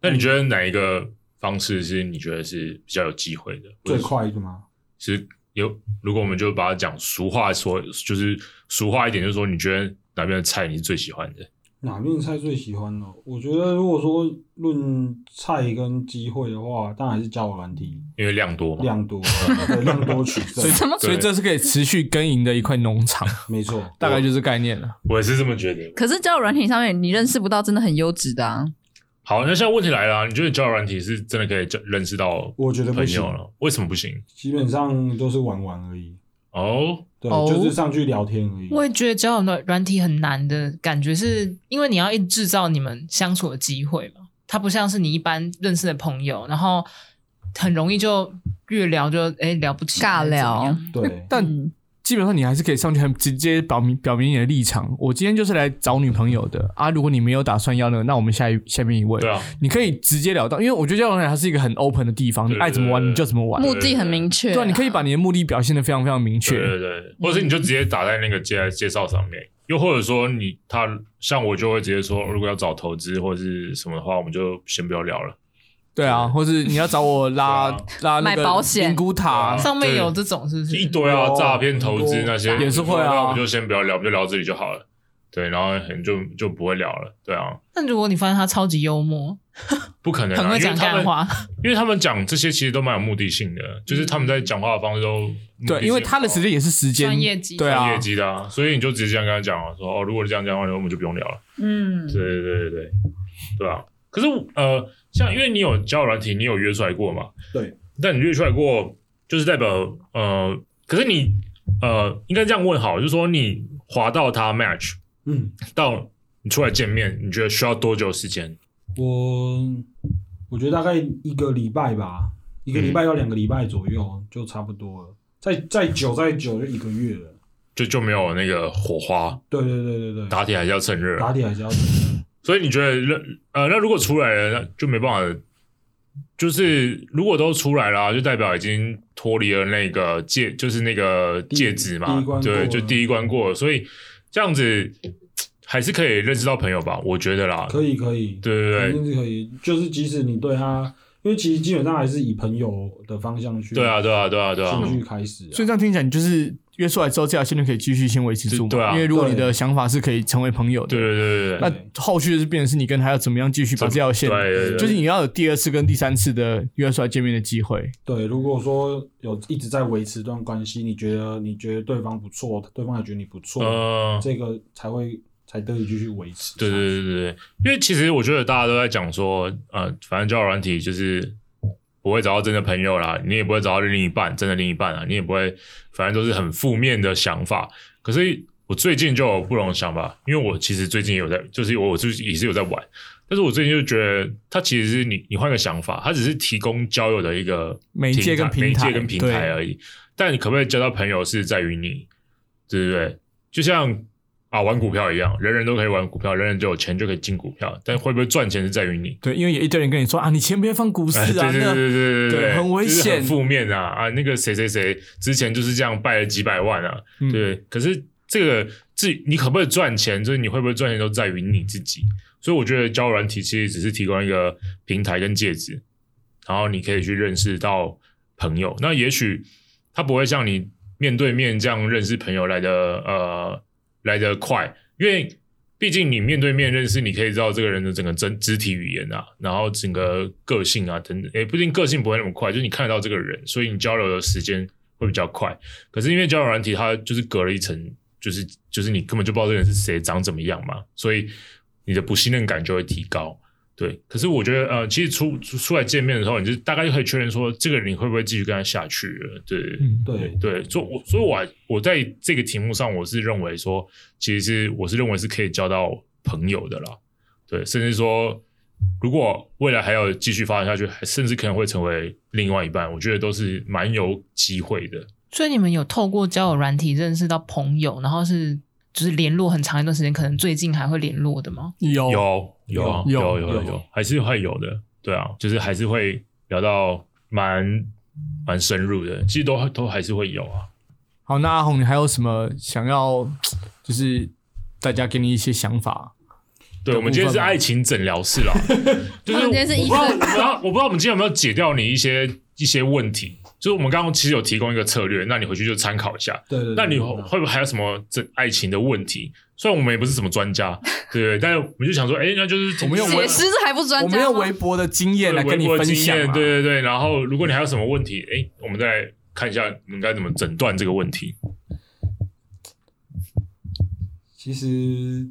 那你觉得哪一个方式是你觉得是比较有机会的？或者最是快一个吗？其实有，如果我们就把它讲俗话说，就是俗话一点，就是说你觉得哪边的菜你是最喜欢的？哪面菜最喜欢呢？我觉得如果说论菜跟机会的话，当然还是交友软体因为量多嘛。量多，对量多取胜， 所以什 么？所以这是可以持续耕耘的一块农 场，没错。大概就是概念了。我也是这么觉得。可是交友软体上面你认识不到真的很优质的啊，好，那现在问题来了啊，你觉得交友软体是真的可以交认识到我觉得不朋行友，了？为什么不行？基本上都是玩玩而已，哦，对，哦就是上去聊天而已。 我也觉得交友软软体很难的感觉，是因为你要一直制造你们相处的机会嘛。它不像是你一般认识的朋友，然后很容易就越聊就哎、聊不起来尬聊怎么样 对，但嗯基本上你还是可以上去很直接表明表明你的立场。我今天就是来找女朋友的啊！如果你没有打算要那个，那我们下一下面一位对，啊，你可以直截了当，因为我觉得交友软件它是一个很 open 的地方，你对爱怎么玩你就怎么玩。目的很明确，对啊，你可以把你的目的表现的非常非常明对啊确。对对，或者是你就直接打在那个介介绍上面，又或者说你他像我就会直接说，如果要找投资或者是什么的话，我们就先不要聊了。对啊，或是你要找我拉拉那啊买保个险灵骨塔对啊，上面有这种是不是？一堆啊，有诈骗投资哦很多那些也是会啊那我们就先不要聊，我们就聊这里就好了。对，然后很就就不会聊了，对啊，但如果你发现他超级幽默，不可能、啊，很会讲因为他干们，话，嗯因为他们讲这些其实都蛮有目的性的，就是他们在讲话的方式都目的性对，因为他的时间也是时间专业级，对很高啊业，绩的啊，所以你就直接这样跟他讲啊，说哦，如果是这样这样的话，我们就不用聊了。嗯，对对对对对，对啊。可是呃，像因为你有交友软体，你有约出来过嘛？对。但你约出来过，就是代表呃，可是你呃，应该这样问好，就是说你滑到他 match，嗯，到你出来见面，你觉得需要多久时间？我我觉得大概一个礼拜吧，一个礼拜到两个礼拜左右就差不多了。再再久再久就一个月了。就就没有那个火花，对对对对对，打铁还是要趁热。打底还是要所以你觉得认呃，那如果出来了，那就没办法，就是如果都出来了，就代表已经脱离了那个戒，就是那个第一戒指第嘛一关，过对，了就第一关过了，所以这样子还是可以认识到朋友吧，我觉得啦，可以啊可以，对对对，肯定是可以。就是即使你对他，因为其实基本上还是以朋友的方向去对啊，对啊，对啊，对啊，兴趣开始啊、所以这样听起来，你就是约出来之后，这条线就可以继续先维持住嘛。对啊因为如果对你的想法是可以成为朋友的，对对对对对，那后续就是变成是你跟他要怎么样继续把这条线，对对对就是你要有第二次跟第三次的约出来见面的机会。对，如果说有一直在维持一段关系，你觉得你觉得对方不错，对方也觉得你不错，呃，这个才会才得以继续维持。对对对对对，因为其实我觉得大家都在讲说，呃，反正交友软体就是不会找到真的朋友啦，你也不会找到另一半，真的另一半啊，你也不会，反正都是很负面的想法。可是我最近就有不同的想法，因为我其实最近有在，就是我就是也是有在玩，但是我最近就觉得，它其实是你你换个想法，它只是提供交友的一个媒介跟平平台媒介跟平对台而已。但你可不可以交到朋友，是在于你，对不对？就像啊玩股票一样，人人都可以玩股票，人人就有钱就可以进股票，但会不会赚钱是在于你。对，因为有一堆人跟你说啊，你钱别放股市哎，对啊，对对那对对对对，很危就是险很负面啊啊！那个谁谁谁之前就是这样败了几百万啊，嗯对。可是这个自己你可不可以赚钱，就是你会不会赚钱，都在于你自己。所以我觉得交友软体其实只是提供一个平台跟介质，然后你可以去认识到朋友。那也许他不会像你面对面这样认识朋友来的呃来的快，因为毕竟你面对面认识，你可以知道这个人的整个肢肢体语言啊，然后整个个性啊等等。诶，不一定个性不会那么快，就是你看得到这个人，所以你交流的时间会比较快。可是因为交友软体，它就是隔了一层，就是就是你根本就不知道这个人是谁，长怎么样嘛，所以你的不信任感就会提高。对，可是我觉得，呃，其实出出出来见面的时候，你就大概就可以确认说，这个人你会不会继续跟他下去了？对，嗯对对，所以我所以我还我在这个题目上，我是认为说，其实是我是认为是可以交到朋友的啦。对，甚至说，如果未来还要继续发展下去，还甚至可能会成为另外一半，我觉得都是蛮有机会的。所以你们有透过交友软体认识到朋友，然后是就是联络很长一段时间，可能最近还会联络的吗？嗯有有有啊有有有有有，还是会有的。对啊，就是还是会聊到蛮蛮深入的，其实都都还是会有啊。好，那阿红，你还有什么想要，就是大家给你一些想法？对，我们今天是爱情诊疗室 啦，就是他们今天是医生我不知道，我不知道我不知道我们今天有没有解掉你一些一些问题。就是我们刚刚其实有提供一个策略，那你回去就参考一下。对对对。那你对会不会还有什么这爱情的问题？虽然我们也不是什么专家， 对不对？但是我们就想说，哎、那就是我们用解释这还不专我家们吗？用微博的经验来微跟你博分经享验，啊。对对对。然后如果你还有什么问题，哎、我们再来看一下你们该怎么诊断这个问题。其实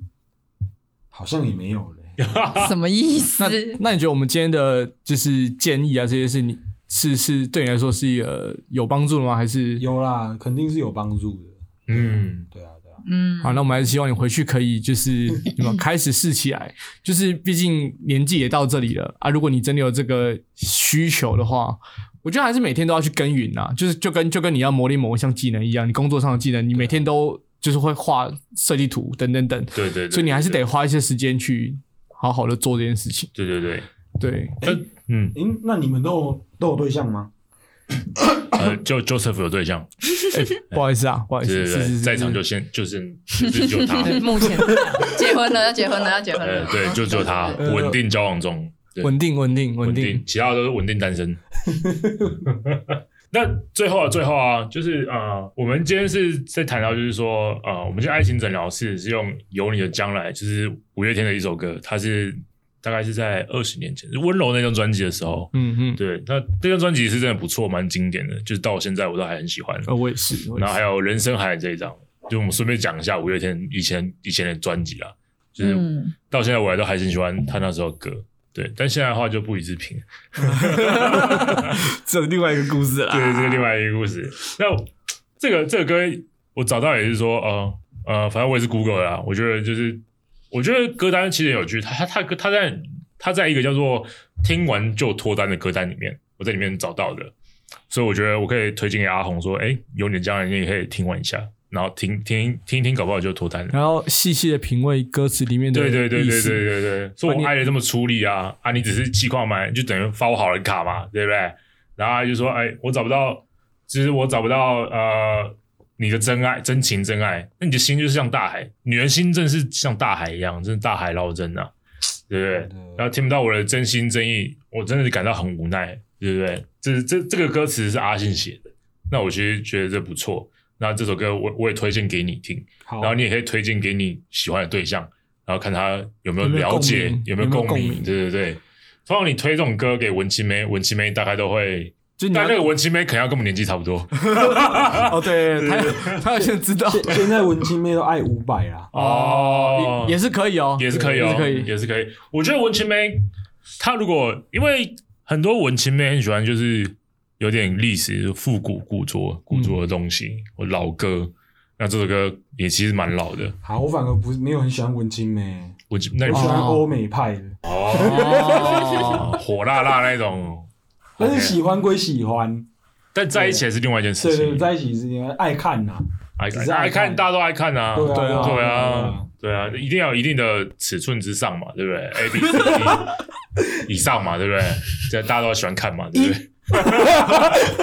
好像也没有 嘞。什么意 思那？那你觉得我们今天的就是建议啊，这些事你是是对你来说是一个有帮助的吗？还是？有啦，肯定是有帮助的。嗯，对啊，对啊，嗯，好，那我们还是希望你回去可以就是你们开始试起来，就是毕竟年纪也到这里了啊。如果你真的有这个需求的话，我觉得还是每天都要去耕耘啊，就是就跟就跟你要磨练某一项技能一样，你工作上的技能，你每天都就是会画设计图等等等，对对对。所以你还是对得花一些时间去好好的做这件事情。对对对，对，嗯，诶、那你们都有都有对象吗？呃，就 Joseph 有对象，不好意思啊，不好意思，对是对是对，是，在场就是先 就是就是 就他， 对，目前结婚了，要结婚了，要结婚呃了，，对，就只 有他呃稳定交往中，对稳定稳定稳稳定定，。其他都是稳定单 身。那最后啊，最后啊，就是呃，我们今天是在谈到，就是说呃，我们这爱情诊疗室是用《有你的将来》，就是五月天的一首歌，它是大概是在二十年前《温柔》那张专辑的时候。嗯嗯，对，那这张专辑是真的不错，蛮经典的，就是到现在我都还很喜欢。呃，我也是，我也然后还是。有《人生海》这一张，就我们顺便讲一下五月天以前以前的专辑啊，就是嗯，到现在我还都还是很喜欢他那时候的歌。对，但现在的话就不予置评。 这另外一个故事啦。对，这是另外一个故事。那这个这个歌我找到也是说，呃呃，反正我也是 Google 啦。我觉得就是，我觉得歌单其实很有趣，它它它它在它在一个叫做“听完就脱单”的歌单里面，我在里面找到的。所以我觉得我可以推荐给阿红说，哎，有你的将来，你也可以听完一下，然后听听听一听，搞不好就脱单了。然后细细的品味歌词里面的对对对意对对思对对，说我爱的这么出力啊啊！你只是气矿买，就等于发我好人卡嘛，对不对？然后他就说，哎，我找不到，就是我找不到呃你的真爱、真情、真爱。那你的心就是像大海，女人心真的是像大海一样，真的大海捞针啊，对不对？然后听不到我的真心真意，我真的是感到很无奈，对不对？这这这个歌词是阿信写的，那我其实觉得这不错。那这首歌我我也推荐给你听，好然，后你也可以推荐给你喜欢的对象，然后看他有没有有没有了解共鸣，有没有有没有共共鸣。鸣对对对，通常你推这种歌给文青妹，文青妹大概都会，就你要但那个文青妹可能要跟我们年纪差不多。 哦，对，他他要先知道 现现在文青妹都爱五百啊啦，哦也是可以哦，也是可以也哦，是可以。也是可以。我觉得文青妹，她如果因为很多文青妹很喜欢，就是有点历史、复古、古着、古着的东嗯西，或老歌。那这首歌也其实蛮老的，好，我反而不是没有很喜欢文青妹，我记那我喜哦欢欧美派的，哦，火辣辣那种，但是 OK 喜欢归喜欢，但在一起还是另外一件事对情。对，在一起是因为爱看呐，爱只看是爱爱看看，大家都爱看啊，对啊对对对啊啊，对啊，一定要有一定的尺寸之上嘛，对 不对？A B C D 以上嘛，对不对？这样大家都喜欢看嘛，对不对？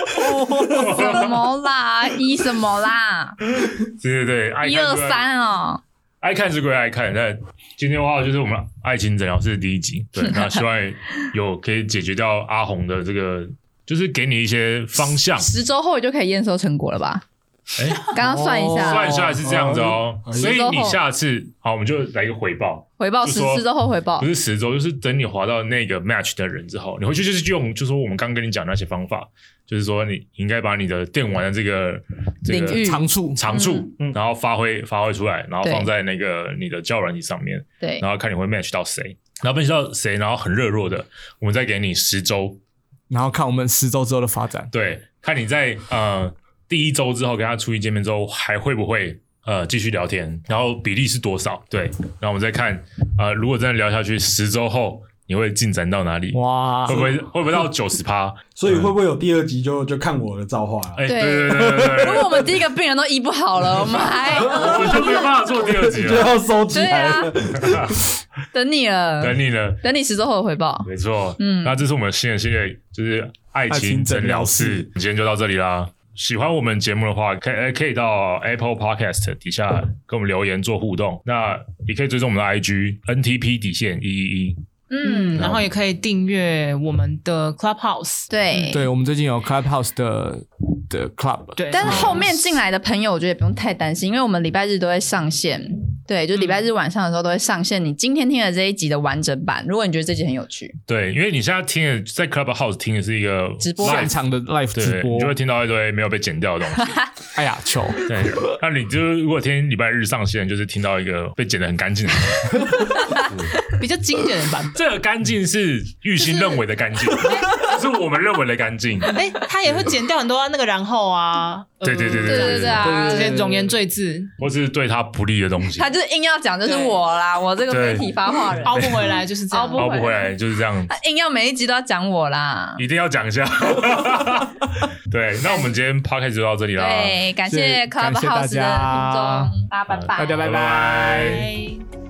什么啦？一什么啦？对对对，爱看一二归爱，三哦，爱看是归爱看，但今天的话就是我们爱情诊疗室的第一集， 对，那希望有可以解决掉阿红的这个，就是给你一些方 哦向，十周后就可以验收成果了吧？哎刚刚算一下，算下来是这样子哦，哦所以你下次好，我们就来一个回报，回报就十说嗯十周后回报不，是十周，就是等你滑到那个 match 的人之后，你回去就是用，就说我们刚跟你讲那些方法，就是说你应该把你的电玩的这个这个领域 嗯长处长处，然后发挥发挥出来，然后对放在那个你的交友软体上面，对然后看你会 match 到谁，然后 match 到谁，然后很热络的，我们再给你十周，然后看我们十周之后的发展。对，看你在呃第一周之后跟他出去见面之后还会不会呃继续聊天，然后比例是多少，对，然后我们再看呃如果真的聊下去十周后你会进展到哪里，哇会，不会会不会到九十趴？所以会不会有第二集就就看我的造化了？哎，对对对对对对如对，果我们第一个病人都医不好 了，我们还我们就没有办法做第二集 就了，要收起来了。等你了，等你了。等你十周后的回报。没错，嗯嗯，那这是我们新的系列，就是爱爱情情诊诊疗疗室室，今天就到这里啦。喜欢我们节目的话，可以呃可以到 Apple Podcast 底下跟我们留言做互动。那也可以追踪我们的 IG NTP 底线一一一。嗯，嗯，然后也可以订阅我们的 Clubhouse，嗯对对，我们最近有 Clubhouse 的的 Club，对，但是后面进来的朋友，我觉得也不用太担心，因为我们礼拜日都会上线。对，嗯就礼拜日晚上的时候都会上线你今天听的这一集的完整版。如果你觉得这集很有趣，对，因为你现在听的在 Clubhouse 听的是一个直播现 live，场的 live 直对，播你就。会听到一堆没有被剪掉的东西。哎呀，球，对，那你就如果听礼拜日上线，就是听到一个被剪得很干 净的。比较经典的版这个干净是玉兴认为的干 净，是我们认为的干净。 本。哎，他也会剪掉很多那个然后啊，呃对对对对对对啊这，些对冗言赘字或是对他不利的东西，他就是硬要讲就是我啦，我这个对媒体发话人，凹不回来就是这凹样不。哎熬不回来就是这样，他硬要每一集都要讲我啦。一定要讲一 下。对，那我们今天 podcast 就到这里啦，对，感谢谢感谢大 Clubhouse 的听家众，大家拜拜，大家拜拜。拜